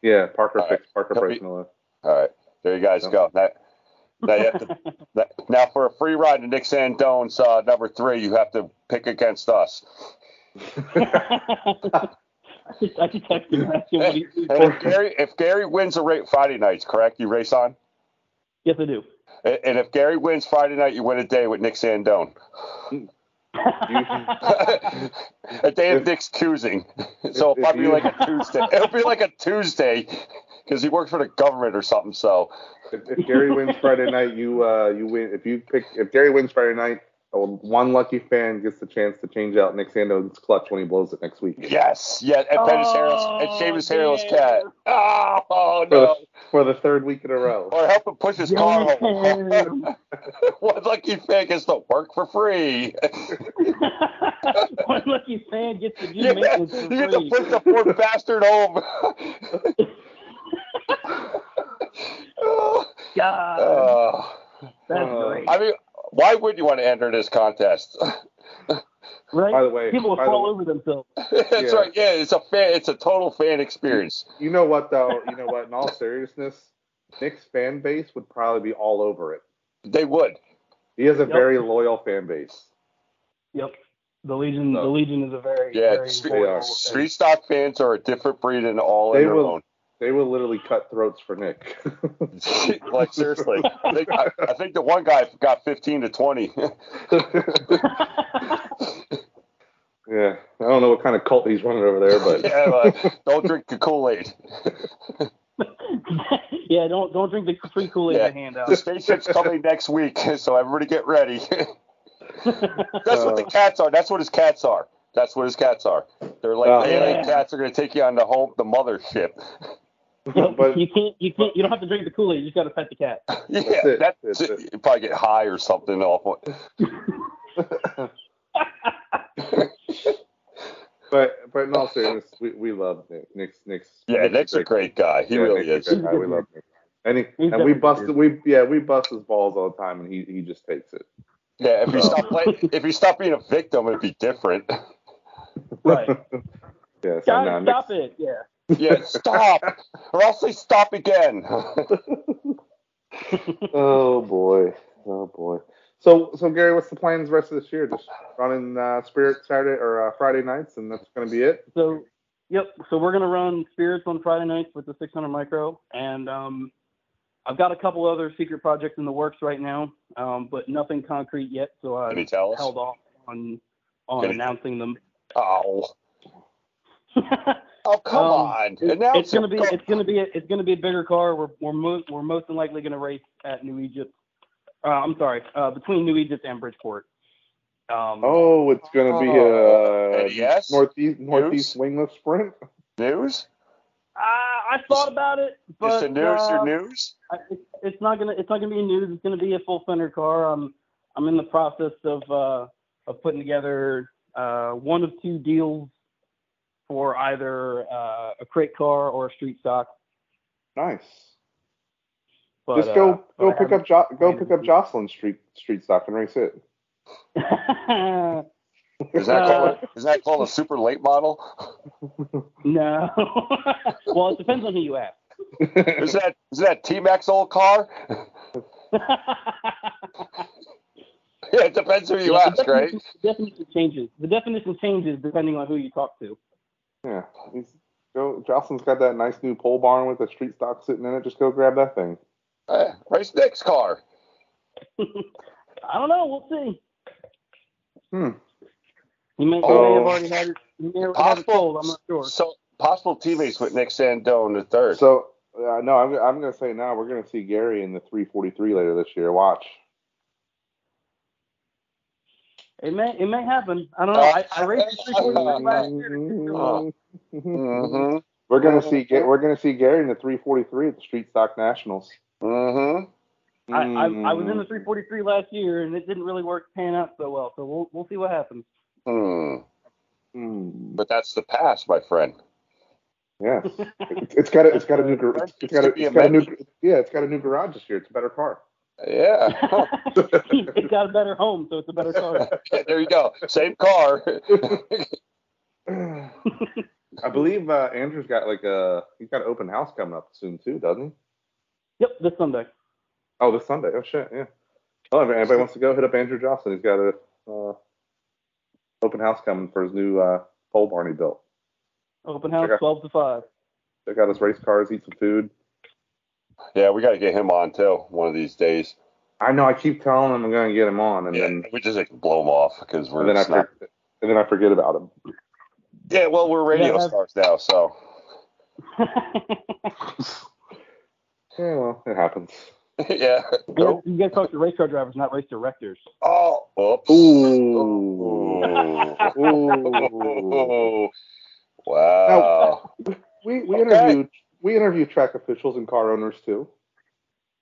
S1: yeah Parker
S2: All right.
S1: picks Parker
S2: Copy.
S1: breaking the left.
S2: All right, there you guys go. Now, now you have to that- now for a free ride to Nick Sandone's uh, number three. You have to pick against us.
S3: I could I could text him and ask him what he
S2: And if Gary, if Gary wins a rate Friday nights, correct? You race on.
S3: Yes, I do.
S2: And and if Gary wins Friday night, you win a day with Nick Sandone. a day of Nick's choosing. So it'll
S1: if
S2: probably be
S1: you-
S2: like a Tuesday. It'll be like a Tuesday because he works for the government or something. So
S1: If, if Gary wins Friday night, you uh you win. If you pick if Gary wins Friday night, uh, one lucky fan gets the chance to change out Nick Sando's clutch when he blows it next week.
S2: yes, yeah, and Pettis Harris and
S3: Oh,
S2: Sheamus
S3: damn.
S2: Harrell's cat. Oh,
S1: For
S2: no!
S1: the, for the third week in a row.
S2: Or help him push his car home.
S3: Damn.
S2: One lucky fan gets to work for free.
S3: One lucky fan gets to do
S2: Yeah, you
S3: maintenance for
S2: get to
S3: free.
S2: push the poor bastard home.
S3: God,
S2: Oh.
S3: that's
S1: uh,
S3: great.
S2: I mean, why would you want to enter this contest?
S3: right?
S1: By the way,
S3: People will
S1: by the
S3: fall
S1: way-
S3: over themselves.
S2: That's
S1: Yeah.
S2: right. Yeah, it's a fan. It's a total fan experience.
S1: you know what though? You know what? In all seriousness, Nick's fan base would probably be all over it.
S2: They would.
S1: He has a
S3: Yep.
S1: very loyal fan base.
S3: Yep. The Legion,
S1: So-
S3: the Legion is a very,
S2: Yeah,
S3: very
S2: street,
S1: they are.
S3: important-
S2: street stock fans are a different breed and all in
S1: They
S2: their
S1: will-
S2: own.
S1: They will literally cut throats for Nick.
S2: like seriously, I think, I, I think the one guy got 15 to 20.
S1: yeah, I don't know what kind of cult he's running over there, but
S2: yeah, but don't drink the Kool Aid.
S3: yeah, don't don't drink the free Kool Aid
S2: Yeah. The
S3: handout.
S2: spaceship's coming next week, so everybody get ready. That's what the
S1: Uh,
S2: cats are. That's what his cats are. That's what his cats are. They're like
S1: Oh,
S2: alien
S3: yeah.
S2: cats are gonna take you on the home the mothership.
S3: Yep,
S1: but
S3: you can't, you can't, you don't have to drink the Kool Aid. You just got to pet the cat.
S2: Yeah,
S1: That's it.
S2: that's,
S1: That's
S2: it.
S1: it.
S2: You probably get high or something off. it.
S1: But but in all seriousness, we, we love Nick. Nick's Nick's
S2: Yeah, Nick's a great guy. He
S1: yeah,
S2: really
S1: Nick's a
S2: is.
S1: great guy. We love Nick. And he,
S3: He's
S1: and we
S3: definitely
S1: bust
S3: good.
S1: we yeah we bust his balls all the time, and he he just takes it.
S2: Yeah, if you
S1: So-
S2: stop playing, if you stop being a victim, it'd be different.
S3: Right.
S1: Yeah, so
S3: Guys,
S1: now Nick's-
S3: stop it. Yeah.
S2: Yeah, stop, or else they stop again.
S1: Oh boy, oh boy. So so Gary, what's the plans the rest of this year? Just running uh, Spirit Saturday or uh, Friday nights, and that's gonna be it.
S3: So, yep. So we're gonna run spirits on Friday nights with the 600 micro, and um, I've got a couple other secret projects in the works right now, um, but nothing concrete yet. So I
S2: Can you tell us?
S3: held off on on
S2: Can you-
S3: announcing them.
S2: Oh, oh, come
S3: Um,
S2: on!
S3: It-
S2: Announce
S3: it's gonna
S2: it.
S3: be
S2: Go-
S3: it's gonna be a, it's gonna be a bigger car. We're we're, mo- we're most than likely gonna race at New Egypt. Uh, I'm sorry, uh, between New Egypt and Bridgeport. Um,
S1: Oh, it's gonna be
S2: Oh,
S1: a
S2: NES?
S1: northeast northeast
S2: News?
S1: wingless sprint.
S2: news.
S3: I, I thought about it, but
S2: Just a news
S3: uh,
S2: or news.
S3: I, it's, it's not gonna it's not gonna be news. It's gonna be a full fender car. I'm I'm in the process of uh, of putting together uh, one of two deals for either uh, a crate car or a street stock.
S1: Nice.
S3: But,
S1: just go
S3: uh, but
S1: go
S3: I
S1: pick
S3: haven't-
S1: up jo- go
S3: I
S1: pick up
S3: haven't-
S1: Jocelyn Street Street stock and race it.
S2: Is that
S3: uh,
S2: called? Is that called a super late model?
S3: no. well, it depends on who you ask.
S2: Is that is that T Max old car? Yeah, it depends who you
S3: Yeah,
S2: ask,
S3: the
S2: right?
S3: definition- The definition changes. The definition changes depending on who you talk to.
S1: yeah. he's- Go, Jocelyn's got that nice new pole barn with a street stock sitting in it. Just go grab that thing.
S2: Uh, race Nick's car.
S3: I don't know. We'll see.
S1: Hmm.
S3: You may, you
S1: Oh.
S3: may have already had it. You may have had it
S2: Possible.
S3: sold. I'm not sure.
S2: So possible teammates with Nick Sandone the third.
S1: So uh, no, I'm I'm gonna say now we're gonna see Gary in the 343 later this year. Watch.
S3: It may it may happen. I don't know.
S2: Uh,
S3: I, I raced three forty last year.
S2: Hmm.
S1: Mhm.
S2: Mhm.
S1: We're gonna see Ga- we're gonna see Gary in the 343 at the Street Stock Nationals.
S2: Mhm.
S3: I, I I was in the 343 last year and it didn't really work pan out so well. So we'll we'll see what happens.
S2: Mm.
S1: Hmm.
S2: But that's the past, my friend.
S1: Yeah, It's- it's got a, it's got a new gar-
S2: French
S1: it's got a, it's
S2: used to be a
S1: got a new
S2: mensch.
S1: yeah it's got a new garage this year. It's a better car.
S2: Yeah.
S3: it got a better home, so it's a better car.
S2: there you go. Same car.
S1: I believe uh, Andrew's got like a he's got an open house coming up soon too, doesn't he?
S3: Yep, this Sunday.
S1: Oh, this Sunday. Oh shit, yeah. Oh, if anybody wants to go, hit up Andrew Johnson. He's got a uh, open house coming for his new uh, pole barn he built.
S3: Open house,
S1: Okay.
S3: 12 to 5.
S1: Check out his race cars, eat some food.
S2: yeah, we got to get him on too one of these days.
S1: I know. I keep telling him I'm going to get him on, and
S2: yeah,
S1: then
S2: we just like, blow him off because we're
S1: and then I
S2: just not.
S1: for, and then I forget about him.
S2: Yeah, well, we're radio
S3: Yeah.
S2: stars now, so
S1: Yeah, well, it happens.
S2: yeah.
S3: You you guys talk to race car drivers, not race directors.
S2: Oh, oops.
S1: Ooh. Ooh.
S2: Ooh. Wow.
S1: We we
S2: Okay.
S1: interviewed we interview track officials and car owners too.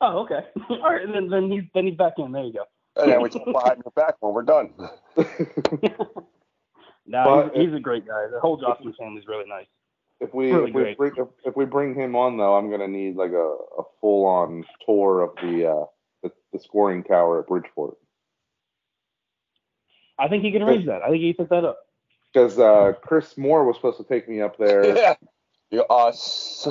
S3: Oh, okay. All right, then, then he's then he's back in. There you go.
S2: Oh. And then we just behind your back when we're done.
S3: Nah, he's,
S1: But-
S3: he's a great guy. The whole Johnson family's really nice.
S1: If we
S3: Really
S1: if we,
S3: great.
S1: bring, if, if we bring him on though, I'm gonna need like a, a full on tour of the, uh, the the scoring tower at Bridgeport
S3: I think he can arrange that. I think he set that up.
S1: because uh, Chris Moore was supposed to take me up there,
S2: Yeah. You us.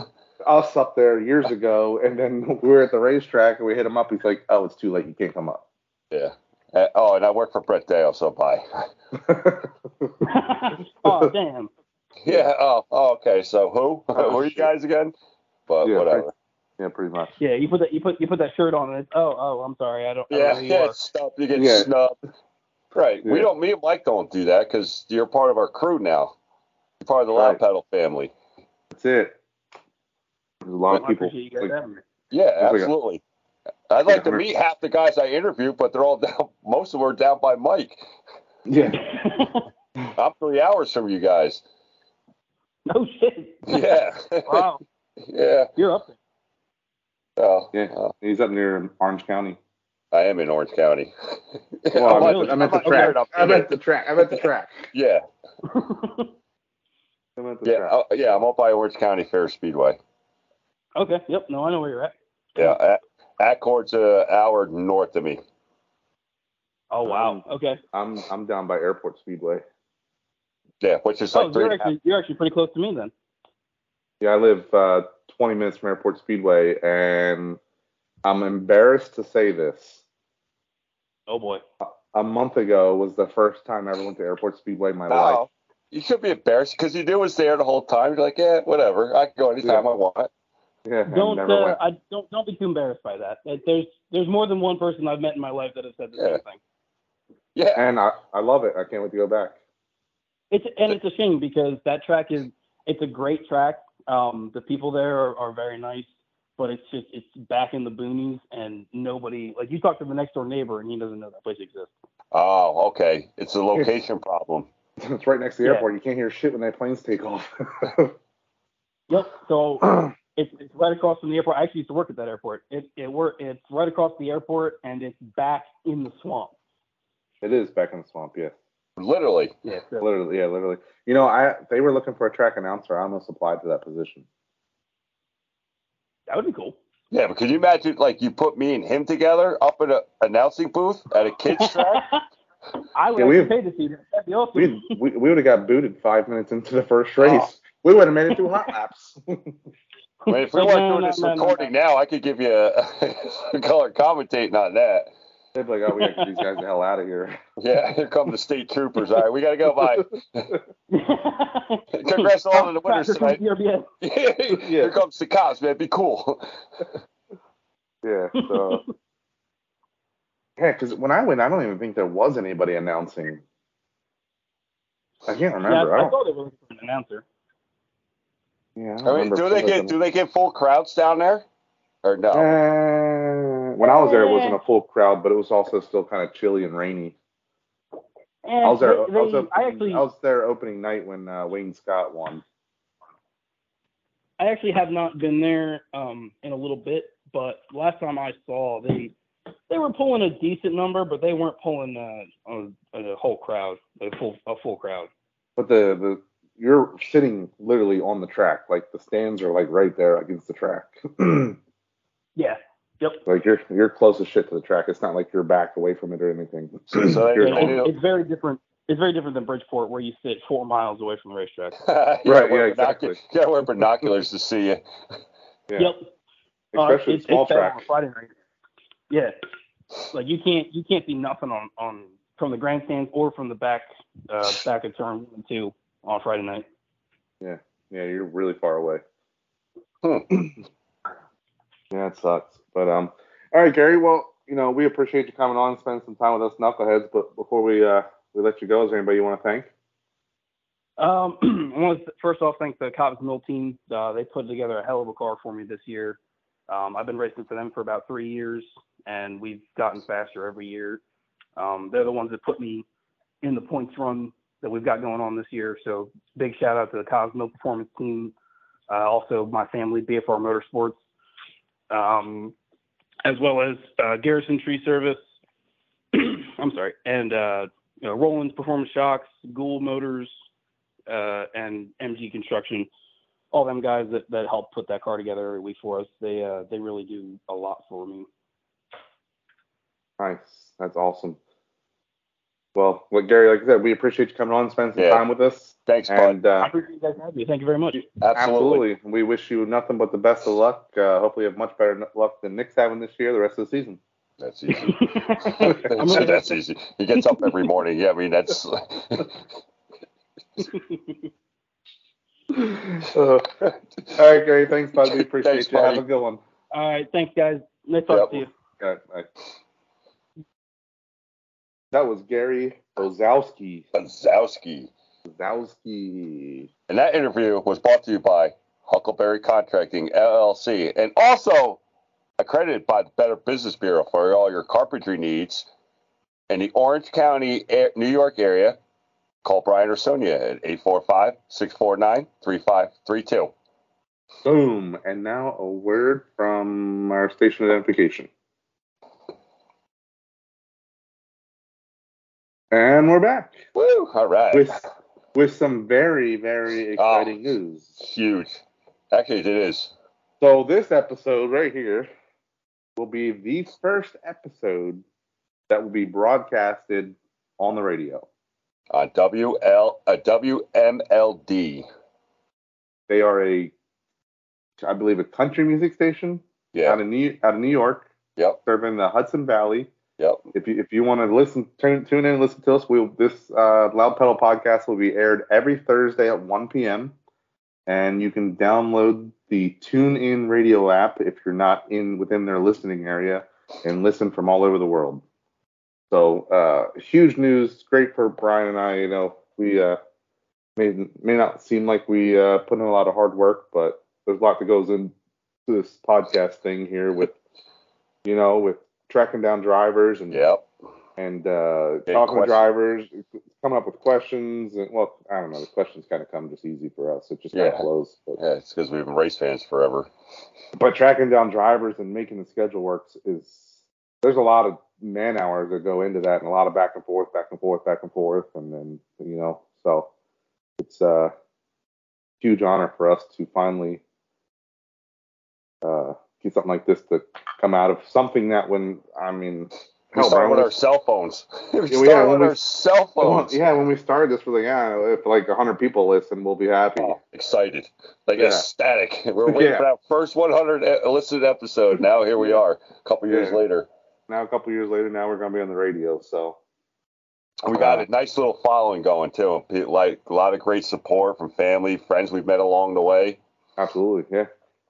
S1: us up there years ago, and then we were at the racetrack and we hit him up. He's like, "Oh, it's too late. You can't come up."
S2: Yeah. Uh, oh, and I work for Brett Dale, so bye.
S3: oh, damn.
S2: Yeah. Oh, oh, okay. So who?
S1: Oh,
S2: who are you
S1: shit.
S2: guys again? But
S1: Yeah,
S2: whatever.
S1: yeah, pretty much.
S3: Yeah, you put that you put you put that shirt on and it's oh oh I'm sorry I don't, I don't
S2: Yeah.
S3: know who you
S2: Yeah.
S3: are.
S2: Snub. You get
S1: Yeah.
S2: snubbed. Right. We
S1: Yeah.
S2: don't. Me and Mike don't do that because you're part of our crew now. You're part of the Loud
S1: Right.
S2: Pedal family.
S1: That's it. There's a lot of
S3: I
S1: people.
S3: appreciate you guys having me.
S2: Yeah.
S1: That's like a-
S2: Absolutely. I'd
S1: like
S2: like to
S1: a hundred-
S2: meet half the guys I interview, but they're all down. Most of them are down by Mike.
S1: yeah.
S2: I'm three hours from you guys.
S3: no shit.
S2: Yeah.
S3: Wow,
S2: yeah.
S3: you're up there.
S2: Well,
S1: Yeah.
S2: uh,
S1: He's up near Orange County.
S2: I am in Orange County.
S1: Well,
S3: Oh,
S1: I,
S2: I'm
S1: meant
S3: really?
S1: the, I meant the
S2: I'm not
S1: track.
S2: weird up
S1: I meant
S2: here.
S1: the track. I meant the track.
S2: yeah.
S1: I meant the
S2: Yeah,
S1: track.
S2: uh, yeah, I'm up by Orange County Fair Speedway.
S3: okay, yep. No, I know where you're at.
S1: Hmm.
S2: Yeah, A- Accord's an hour north of me.
S3: Oh
S1: wow.
S3: Okay.
S1: I'm I'm down by Airport Speedway.
S2: Yeah, which is
S3: Oh,
S2: like three
S3: you're
S2: and a half.
S3: actually you're actually pretty close to me then.
S1: Yeah, I live uh, 20 minutes from Airport Speedway, and I'm embarrassed to say this.
S3: Oh boy.
S1: A month ago was the first time I ever went to Airport Speedway in my life.
S2: Oh, you should be embarrassed because you knew it was there the whole time. You're like, yeah, whatever. I can go anytime
S1: Yeah.
S2: I want.
S1: Yeah, I
S3: Don't
S1: never
S3: uh,
S1: went.
S3: I don't don't be too embarrassed by that. Like, There's there's more than one person I've met in my life that has said the
S2: Yeah.
S3: same thing.
S2: Yeah,
S1: And I, I love it. I can't wait to go back.
S3: It's and it's a shame because that track is it's a great track. Um, the people there are, are very nice, but it's just it's back in the boonies and nobody like you talk to the next door neighbor and he doesn't know that place exists.
S2: Oh, okay. It's a location problem.
S1: It's right next to the
S3: Yeah.
S1: airport. You can't hear shit when that planes take off.
S3: Yep. So
S1: oh,
S3: It's, it's right across from the airport. I actually used to work at that airport. It it were it's right across the airport and it's back in the swamp.
S1: it is back in the swamp. Yeah.
S2: Literally.
S3: Yeah. So,
S1: Literally, yeah, literally. You know, I they were looking for a track announcer. I almost applied to that position.
S3: that would be cool.
S2: Yeah, but could you imagine, like, you put me and him together up at a announcing booth at a kid's track?
S3: I would
S1: Yeah,
S3: actually
S1: we've-
S3: pay to see that. That'd be awesome.
S1: We we, we would have got booted five minutes into the first
S3: Oh.
S1: race. We would have made it through hot laps.
S2: I mean, if we
S3: No,
S2: weren't
S3: no,
S2: doing
S3: no,
S2: this
S3: no, no,
S2: recording now, I could give you a, a color commentating on that.
S1: They'd be like, oh, we got to get these guys the hell out of here.
S2: Yeah, here come the state troopers. All right, we got to go. Bye. Congrats to all of the winners tonight.
S3: tonight.
S2: Here comes the cops, man. Be cool.
S1: Yeah. So yeah, because when I went, I don't even think there was anybody announcing. I can't
S3: Yeah, I,
S1: remember. I
S3: I
S1: don't.
S3: thought they were looking for an announcer.
S1: Yeah. I, don't
S2: I mean,
S1: remember
S2: do they
S1: if there
S2: get
S1: was
S2: do they get full crowds down there, or no?
S1: any- Uh, when I was there, it wasn't a full crowd, but it was also still kind of chilly and rainy.
S3: And
S1: I was there.
S3: they-
S1: I, was
S3: they-
S1: opening,
S3: I actually
S1: I was there opening night when uh, Wayne Scott won.
S3: I actually have not been there um, in a little bit, but last time I saw they they were pulling a decent number, but they weren't pulling uh, a, a whole crowd, a full a full crowd.
S1: But the the you're sitting literally on the track. Like the stands are like right there against the track.
S3: yeah. Yep.
S1: Like you're you're close as shit to the track. It's not like you're back away from it or anything.
S2: So- so they-
S1: You're-
S2: they do-
S3: It's, it's very different. It's very different than Bridgeport, where you sit four miles away from the racetrack.
S2: right.
S1: Right, yeah, exactly.
S2: You gotta wear binoculars to see you.
S1: Yeah.
S3: Yep. Uh,
S1: especially
S3: it's,
S1: small
S3: it's better on
S1: track.
S3: a Friday night. Yeah, like you can't you can't see nothing on on from the grandstands or from the back uh, back of turn one and two on Friday night.
S1: Yeah, you're really far away.
S2: Hmm.
S1: yeah, it sucks. But um, all right, Gary. Well, you know, we appreciate you coming on, and spending some time with us knuckleheads. But before we uh we let you go, is there anybody you want to thank?
S3: Um, I want to first off thank the Cobbs Mill team. Uh, they put together a hell of a car for me this year. Um, I've been racing for them for about three years, and we've gotten faster every year. Um, they're the ones that put me in the points run that we've got going on this year. So big shout out to the Cobbs Mill Performance team. Uh, also my family, BFR Motorsports, um, as well as uh, Garrison Tree Service. I'm sorry, and uh, you know, Roland's Performance Shocks, Gould Motors, uh, and MG Construction, all them guys that, that help put that car together every week for us. They uh, they really do a lot for me.
S1: Nice. That's awesome. Well, well, Gary, like I said, we appreciate you coming on, and spending some
S2: Yeah.
S1: time with us.
S2: Thanks, bud.
S1: And uh,
S3: I appreciate you guys having me. Thank you very much.
S2: Absolutely.
S1: absolutely. we wish you nothing but the best of luck. Uh, hopefully, you have much better n- luck than Nick's having this year, the rest of the season.
S2: That's easy.
S3: I'm really-
S2: that's easy. He gets up every morning. Yeah, I mean that's
S1: Uh, all right, Gary. Thanks, bud. We appreciate
S2: Thanks,
S1: you.
S2: buddy.
S1: Have a good one.
S3: all right, thanks guys. Nice talking
S2: Yep.
S3: to you.
S1: All right, bye. That was Gary Ozowski.
S2: Bazowski.
S1: Ozowski.
S2: And that interview was brought to you by Huckleberry Contracting LLC, and also accredited by the Better Business Bureau for all your carpentry needs. In the Orange County, a- New York area, call Brian or Sonia at 845-649-3532.
S1: Boom. And now a word from our station identification. And we're back
S2: Woo! All right.
S1: with with some very very
S2: Ah.
S1: exciting news.
S2: Huge. Actually, it is.
S1: So this episode right here will be the first episode that will be broadcasted on the radio.
S2: on WL, uh, WMLD.
S1: They are a, I believe, a country music station
S2: Yeah.
S1: out of New out of New York,
S2: Yep.
S1: serving the Hudson Valley.
S2: Yep.
S1: If you if you want to listen, turn, tune in, and listen to us. We'll this uh, Loud Pedal podcast will be aired every Thursday at 1 p.m. And you can download the Tune In Radio app if you're not in within their listening area, and listen from all over the world. So uh, huge news, great for Brian and I. You know, we uh, may may not seem like we uh, put in a lot of hard work, but there's a lot that goes into this podcast thing here with, you know, with tracking down drivers and
S2: Yep.
S1: and uh,
S2: Yeah,
S1: talking
S2: question-
S1: to drivers, coming up with questions. And, well, I don't know. The questions kind of come just easy for us. It just kind
S2: Yeah.
S1: of flows. But,
S2: Yeah, it's because we've been race fans forever.
S1: but tracking down drivers and making the schedule works is there's a lot of man hours that go into that, and a lot of back and forth, back and forth, back and forth, and then you know, so it's a huge honor for us to finally uh, get something like this to come out of something that when I mean.
S2: We
S1: hell,
S2: started
S1: Brian,
S2: with
S1: we
S2: our cell phones. we
S1: Yeah,
S2: started
S1: we- yeah,
S2: with
S1: we-
S2: our cell
S1: Well,
S2: phones.
S1: yeah, when we started this, we're like, yeah, if like 100 people listen, we'll be happy.
S2: Oh, excited. Like
S1: Yeah.
S2: ecstatic. We're waiting
S1: Yeah.
S2: for that first 100 e- listed episode. Now here we are, a couple years
S1: Yeah.
S2: later.
S1: Now, a couple years later, now we're going to be on the radio. So,
S2: We got a nice little following going too. Pe- Like a lot of great support from family, friends we've met along the way,
S1: absolutely. Yeah.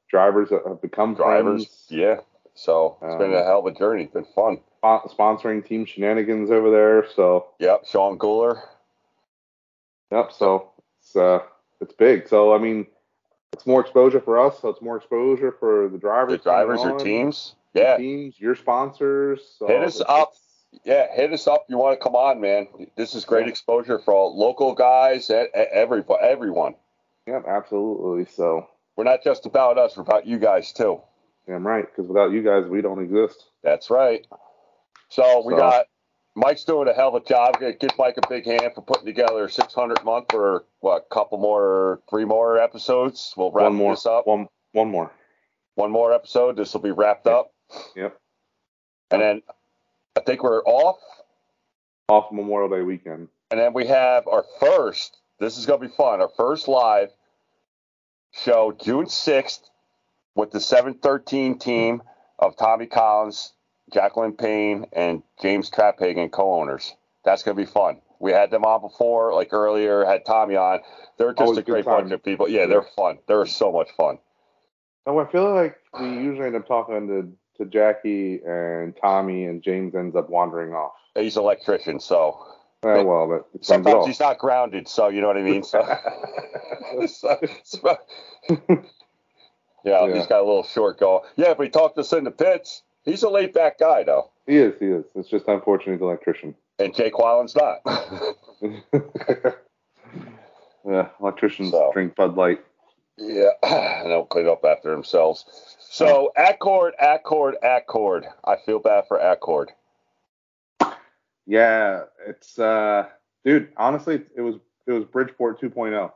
S1: Drivers that have become
S2: drivers.
S1: friends,
S2: Yeah. So it's been
S1: Um,
S2: a hell of a journey. It's been fun.
S1: spo- sponsoring Team Shenanigans over there. So,
S2: Yep. Sean Guler.
S1: yep. So it's, uh, it's big. So, I mean, it's more exposure for us. So it's more exposure for the drivers.
S2: the drivers
S1: coming
S2: or
S1: on,
S2: teams.
S1: the
S2: Yeah,
S1: Teams, your sponsors. So
S2: Hit us
S1: it's-
S2: up. yeah. Hit us up. You want to come on, man? This is great exposure for all local guys, e- e- every everyone.
S1: Yep. Absolutely. So,
S2: We're not just about us. We're about you guys too.
S1: damn right. Because without you guys, we don't exist.
S2: That's right. So we
S1: So-
S2: got Mike's doing a hell of a job. G- Give Mike a big hand for putting together a 600 month or what, a couple more, three more episodes. We'll wrap
S1: one more.
S2: this up.
S1: One one more.
S2: One more episode. This will be wrapped up.
S1: Yep.
S2: And then I think we're off.
S1: Off Memorial Day weekend.
S2: And then we have our first, this is going to be fun, our first live show June 6th with the 713 team of Tommy Collins, Jacqueline Payne, and James Traphagen, co owners. That's going to be fun. We had them on before, like earlier, had Tommy on. They're just
S1: Always
S2: a
S1: good
S2: great
S1: times.
S2: bunch of people. Yeah, they're fun. They're so much fun.
S1: No, I feel like we usually end up talking to, to Jackie and Tommy, and James ends up wandering off.
S2: He's an electrician, so
S1: Eh, well, that explains it all.
S2: sometimes he's not grounded, so you know what I mean? So, so- so- yeah,
S1: Yeah.
S2: he's got a little short goal. Yeah, if we talk this in the pits, he's a laid back guy, though.
S1: He is. He is. It's just unfortunate he's an electrician.
S2: And Jake Wallen's not.
S1: yeah, electricians
S2: So.
S1: drink Bud Light.
S2: yeah, and they'll clean up after themselves. So, Accord, Accord, Accord. I feel bad for Accord.
S1: Yeah, it's uh, dude. Honestly, it was it was Bridgeport oh. 2.0.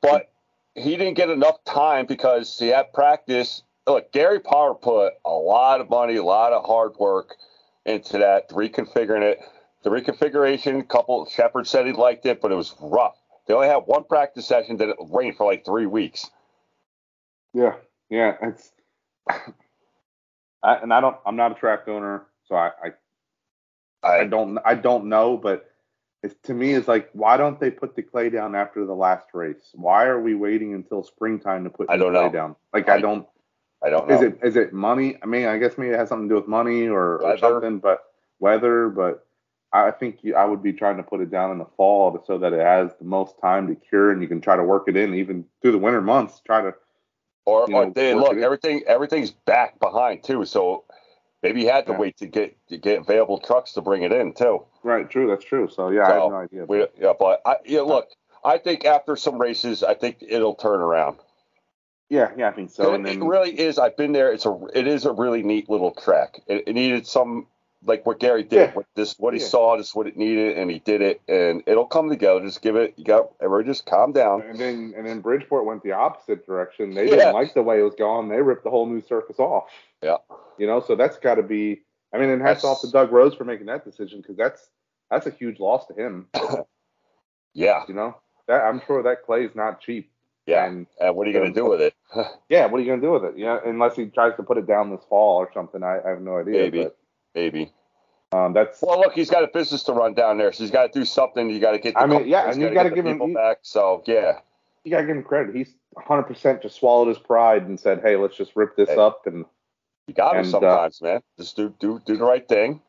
S2: But he didn't get enough time because he had practice. Look, Gary Power put a lot of money, a lot of hard work into that, reconfiguring it. The reconfiguration, couple Shepard said he liked it, but it was rough. They only had one practice session that it rained for like three weeks.
S1: Yeah, yeah. It's I, and I don't. I'm not a track owner, so I, I I
S2: I,
S1: don't I don't know, but it's, to me it's like why don't they put the clay down after the last race? Why are we waiting until springtime to put
S2: I
S1: the
S2: don't
S1: clay
S2: know.
S1: down? Like I,
S2: I
S1: don't
S2: I don't know.
S1: is it is it money? I mean, I guess maybe it has something to do with money or, or
S2: Weather.
S1: something, but weather, but I think you, I would be trying to put it down in the fall to, so that it has the most time to cure and you can try to work it in even through the winter months. Try to
S2: Or,
S1: you
S2: or
S1: know,
S2: they
S1: work
S2: look
S1: it in.
S2: everything everything's back behind too, so maybe he had to
S1: Yeah.
S2: wait to get to get available trucks to bring it in too.
S1: right, true, that's true. So yeah, I
S2: So,
S1: have no idea.
S2: We, yeah, but I yeah, look, I think after some races, I think it'll turn around.
S1: yeah, yeah, I think so.
S2: it,
S1: And then
S2: it really is. I've been there. It's a it is a really neat little track. It, it needed some like what Gary did.
S1: Yeah.
S2: What this what he
S1: Yeah.
S2: saw. This is what it needed, and he did it, and it'll come together. Just give it. You got everybody. Just calm down.
S1: And then and then Bridgeport went the opposite direction. They
S2: Yeah.
S1: didn't like the way it was going. They ripped the whole new surface off.
S2: Yeah.
S1: You know, so that's got to be. I mean, and hats
S2: That's-
S1: off to Doug Rose for making that decision because that's that's a huge loss to him.
S2: Yeah,
S1: You know, that I'm sure that clay is not cheap.
S2: yeah. And,
S1: And
S2: what are you gonna do with it?
S1: yeah, what are you gonna do with it? Yeah, unless he tries to put it down this fall or something. I, I have no idea.
S2: Maybe. Maybe.
S1: But, um, that's
S2: Well, look, he's got a business to run down there, so he's got to do something. You got to get. The
S1: I mean, yeah,
S2: companies,
S1: and you
S2: gotta
S1: gotta
S2: get the
S1: give him- e-,
S2: people back. So yeah,
S1: you gotta give him credit. He's 100 percent just swallowed his pride and said, "Hey, let's just rip this
S2: Hey.
S1: up and
S2: you got to
S1: And, uh,
S2: sometimes, man. Just do do do the right thing.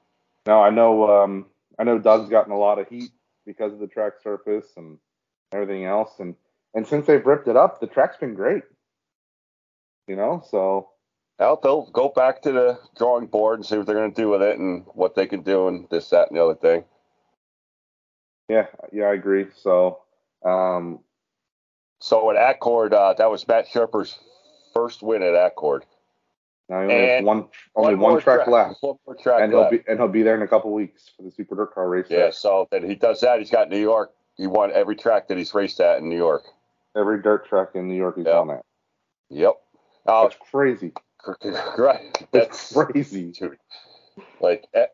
S1: No, I know. Um, I know Doug's gotten a lot of heat because of the track surface and everything else, and and since they've ripped it up, the track's been great. You know, so
S2: Now they'll go back to the drawing board and see what they're going to do with it and what they can do and this, that, and the other thing.
S1: yeah, yeah, I agree. So, um,
S2: So at Accord, uh, that was Matt Sherper's first win at Accord.
S1: now he only has
S2: And
S1: one, only
S2: more
S1: one track, left,
S2: One more track
S1: and he'll
S2: left.
S1: be and he'll be there in a couple weeks for the Super Dirt Car race.
S2: yeah, so then he does that. He's got New York. He won every track that he's raced at in New York.
S1: every dirt track in New York he's
S2: Yeah.
S1: on that.
S2: Yep. Oh,
S1: That's crazy.
S2: right.
S1: That's
S2: That's
S1: crazy.
S2: dude. Like, eh,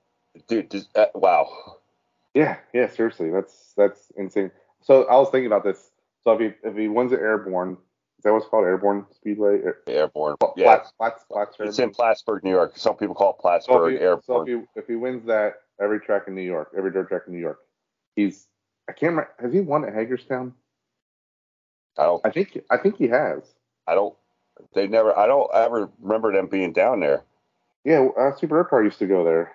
S2: dude, just, eh, wow.
S1: Yeah, yeah, seriously, that's that's insane. So I was thinking about this. So if he if he wins at Airborne, is that what's called Airborne Speedway? Air,
S2: Airborne.
S1: Pla-
S2: Yeah.
S1: Platts, Platts, Platts
S2: It's
S1: Airborne?
S2: in Plattsburg, New York. Some people call it
S1: so
S2: Plattsburg
S1: if he,
S2: Airborne.
S1: So if he, if he wins that, every track in New York, every dirt track in New York, he's I can't remember. Has he won at Hagerstown?
S2: I don't
S1: I think I think he has.
S2: I don't. They never. I don't ever remember them being down there.
S1: Yeah, uh, Super Dirt Car used to go there.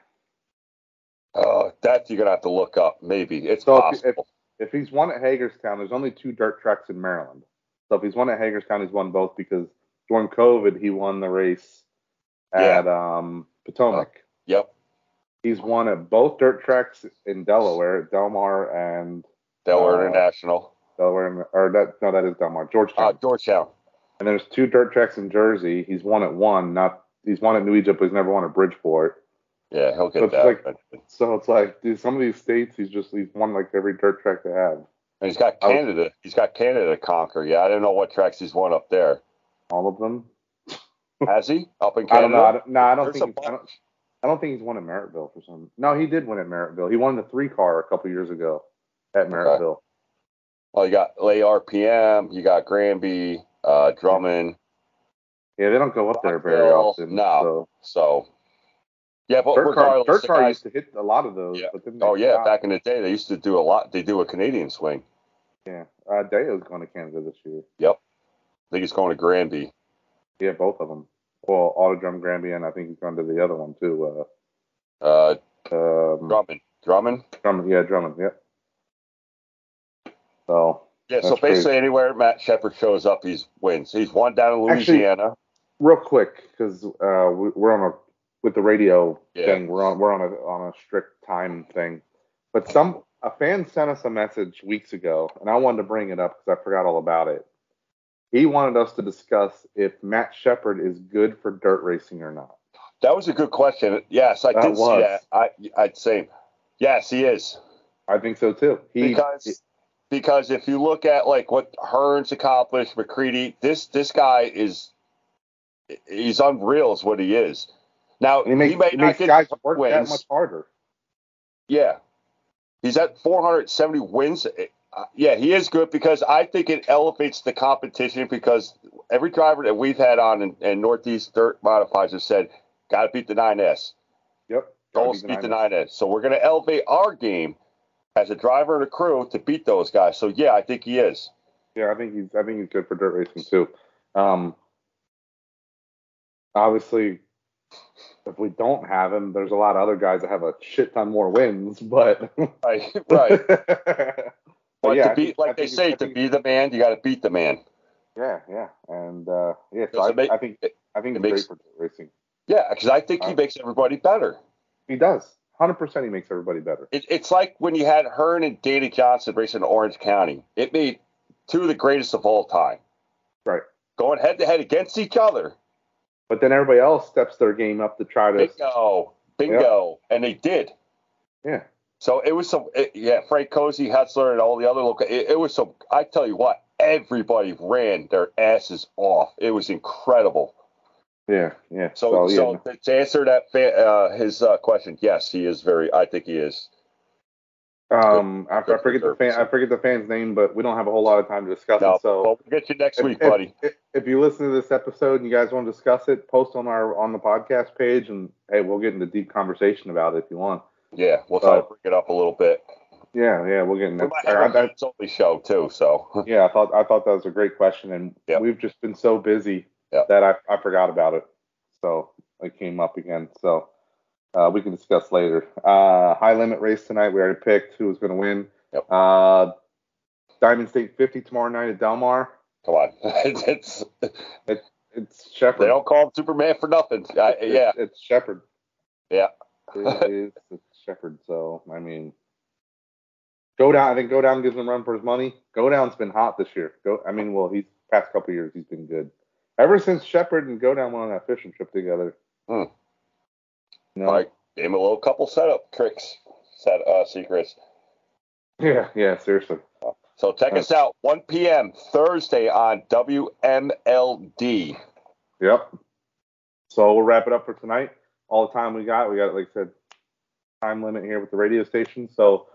S2: Oh, that you're gonna have to look up. Maybe it's
S1: So if-
S2: possible.
S1: If he's won at Hagerstown, there's only two dirt tracks in Maryland. So if he's won at Hagerstown, he's won both because during COVID he won the race at um, Potomac.
S2: Oh. yep,
S1: He's won at both dirt tracks in Delaware, Delmar and
S2: Delaware
S1: uh,
S2: International,
S1: Delaware, and, or that no, that is Delmar, Georgetown.
S2: uh, Georgetown.
S1: and there's two dirt tracks in Jersey. He's won at one, not he's won at New Egypt, but he's never won at Bridgeport.
S2: Yeah, he'll get
S1: It's
S2: that.
S1: like-
S2: eventually.
S1: So it's like, dude, some of these states, he's just he's won like every dirt track they have.
S2: and he's got
S1: I-
S2: Canada. he's got Canada to conquer. Yeah, I don't know what tracks he's won up there.
S1: All of them.
S2: Has he up in Canada?
S1: I don't know. I don't, no, I don't
S2: There's
S1: think.
S2: a
S1: He's, I, don't,
S2: bunch.
S1: I don't think he's won at Merrittville for some. No, he did win at Merrittville. He won the three car a couple years ago at Merrittville.
S2: Well, you got Lay RPM, you got Granby, uh, Drummond.
S1: Yeah, they don't go up there very
S2: Rockville,
S1: often.
S2: no.
S1: So.
S2: So, yeah, but
S1: Dirt car,
S2: regardless,
S1: dirt
S2: the
S1: car
S2: guys-
S1: used to hit a lot of those.
S2: Yeah.
S1: But then they
S2: oh yeah,
S1: stopped.
S2: back in the day they used to do a lot. They do a Canadian swing.
S1: yeah. Uh, Dayo's going to Canada this year.
S2: I think he's going to Granby.
S1: Yeah, both of them. Well, Autodrum Granby, and I think he's going to the other one too.
S2: Uh,
S1: Uh, um,
S2: Drummond, Drummond.
S1: Drummond, yeah, Drummond, yeah. So
S2: Yeah, so
S1: That's
S2: basically
S1: crazy.
S2: anywhere Matt Shepard shows up, he's wins. He's won down in
S1: Actually-
S2: Louisiana.
S1: real quick, because uh, we, we're on a with the radio
S2: Yeah.
S1: thing, we're on we're on a on a strict time thing. But some a fan sent us a message weeks ago, and I wanted to bring it up because I forgot all about it. He wanted us to discuss if Matt Shepard is good for dirt racing or not.
S2: that was a good question. Yes, I
S1: That
S2: did see
S1: was.
S2: that. I I'd say yes, he is.
S1: I think so too. He,
S2: because because if you look at like what Hearns accomplished, McCready, this this guy is he's unreal is what he is. Now
S1: he makes,
S2: he may
S1: he
S2: not
S1: makes
S2: get
S1: guys work that
S2: wins.
S1: much harder.
S2: Yeah, he's at 470 wins. Uh, yeah, he is good because I think it elevates the competition because every driver that we've had on in, in Northeast Dirt Modifies have said, "Got to beat the 9S."
S1: Yep.
S2: goals beat the nine edge. So we're going to elevate our game as a driver and a crew to beat those guys. So yeah, I think he is.
S1: Yeah, I think he's I think he's good for dirt racing too. Um, obviously, if we don't have him, there's a lot of other guys that have a shit ton more wins, but
S2: Right, right. But
S1: yeah,
S2: to
S1: I
S2: be
S1: think- I
S2: like they
S1: think-
S2: say,
S1: I
S2: to
S1: think-
S2: be the man, you got to beat the man.
S1: yeah, yeah, and uh, yeah, so
S2: Does
S1: I,
S2: it make-
S1: I think
S2: it-
S1: I think
S2: it
S1: he's
S2: makes-
S1: great for dirt racing.
S2: Yeah, because I think he
S1: Uh,
S2: makes everybody better.
S1: He does, hundred percent. He makes everybody better.
S2: It, it's like when you had Hearn and Dana Johnson racing in Orange County. It made two of the greatest of all time.
S1: Right.
S2: Going head to head against each other.
S1: But then everybody else steps their game up to try to.
S2: Bingo, bingo, and they did.
S1: Yeah.
S2: So it was some, it, yeah, Frank Cozy, Hetzler, and all the other local. It, it was some, I tell you what, everybody ran their asses off. It was incredible.
S1: Yeah, yeah.
S2: So,
S1: yeah,
S2: so to- to answer that, fa- uh, his uh, question, yes, he is very, I think he is.
S1: Um, I, I
S2: good
S1: forget the
S2: reserve,
S1: fan.
S2: so.
S1: I forget the fan's name, but we don't have a whole lot of time to discuss
S2: No,
S1: it. So
S2: well, we'll get you next
S1: if-
S2: week, buddy.
S1: If, if you listen to this episode and you guys want to discuss it, post on our on the podcast page, and hey, we'll get into deep conversation about it if you want.
S2: Yeah, we'll try to
S1: well,
S2: bring it up a little bit.
S1: Yeah, yeah, we'll get
S2: We
S1: into.
S2: might
S1: I,
S2: have a
S1: I,
S2: kids only show too, so
S1: yeah, I thought I thought that was a great question, and
S2: Yep.
S1: we've just been so busy
S2: Yep.
S1: that I, I forgot about it. So it came up again. So uh, we can discuss later. Uh, high limit race tonight. We already picked who was going to win.
S2: Yep.
S1: Uh, Diamond State 50 tomorrow night at Del Mar.
S2: come on. it's,
S1: It's Shepherd.
S2: they don't call him Superman for nothing. I,
S1: It's-
S2: yeah,
S1: it's Shepherd.
S2: Yeah.
S1: it is it's Shepherd. So I mean, go down. I think go down gives him a run for his money. Go down's been hot this year. Go. I mean, well, he's past couple years he's been good. Ever since Shepherd and go down went on that fishing trip together.
S2: Hmm.
S1: No.
S2: Like- gave him a little couple setup tricks, set uh, secrets.
S1: yeah. Yeah. Seriously.
S2: So check us out 1 p.m. Thursday on WMLD.
S1: Yep. So we'll wrap it up for tonight. All the time we got, we got like I said, time limit here with the radio station. So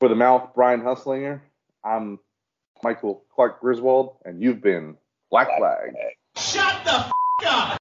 S1: for the mouth, Brian Hustlinger. I'm Michael Clark Griswold, and you've been Black Flag.
S4: Shut the f- up!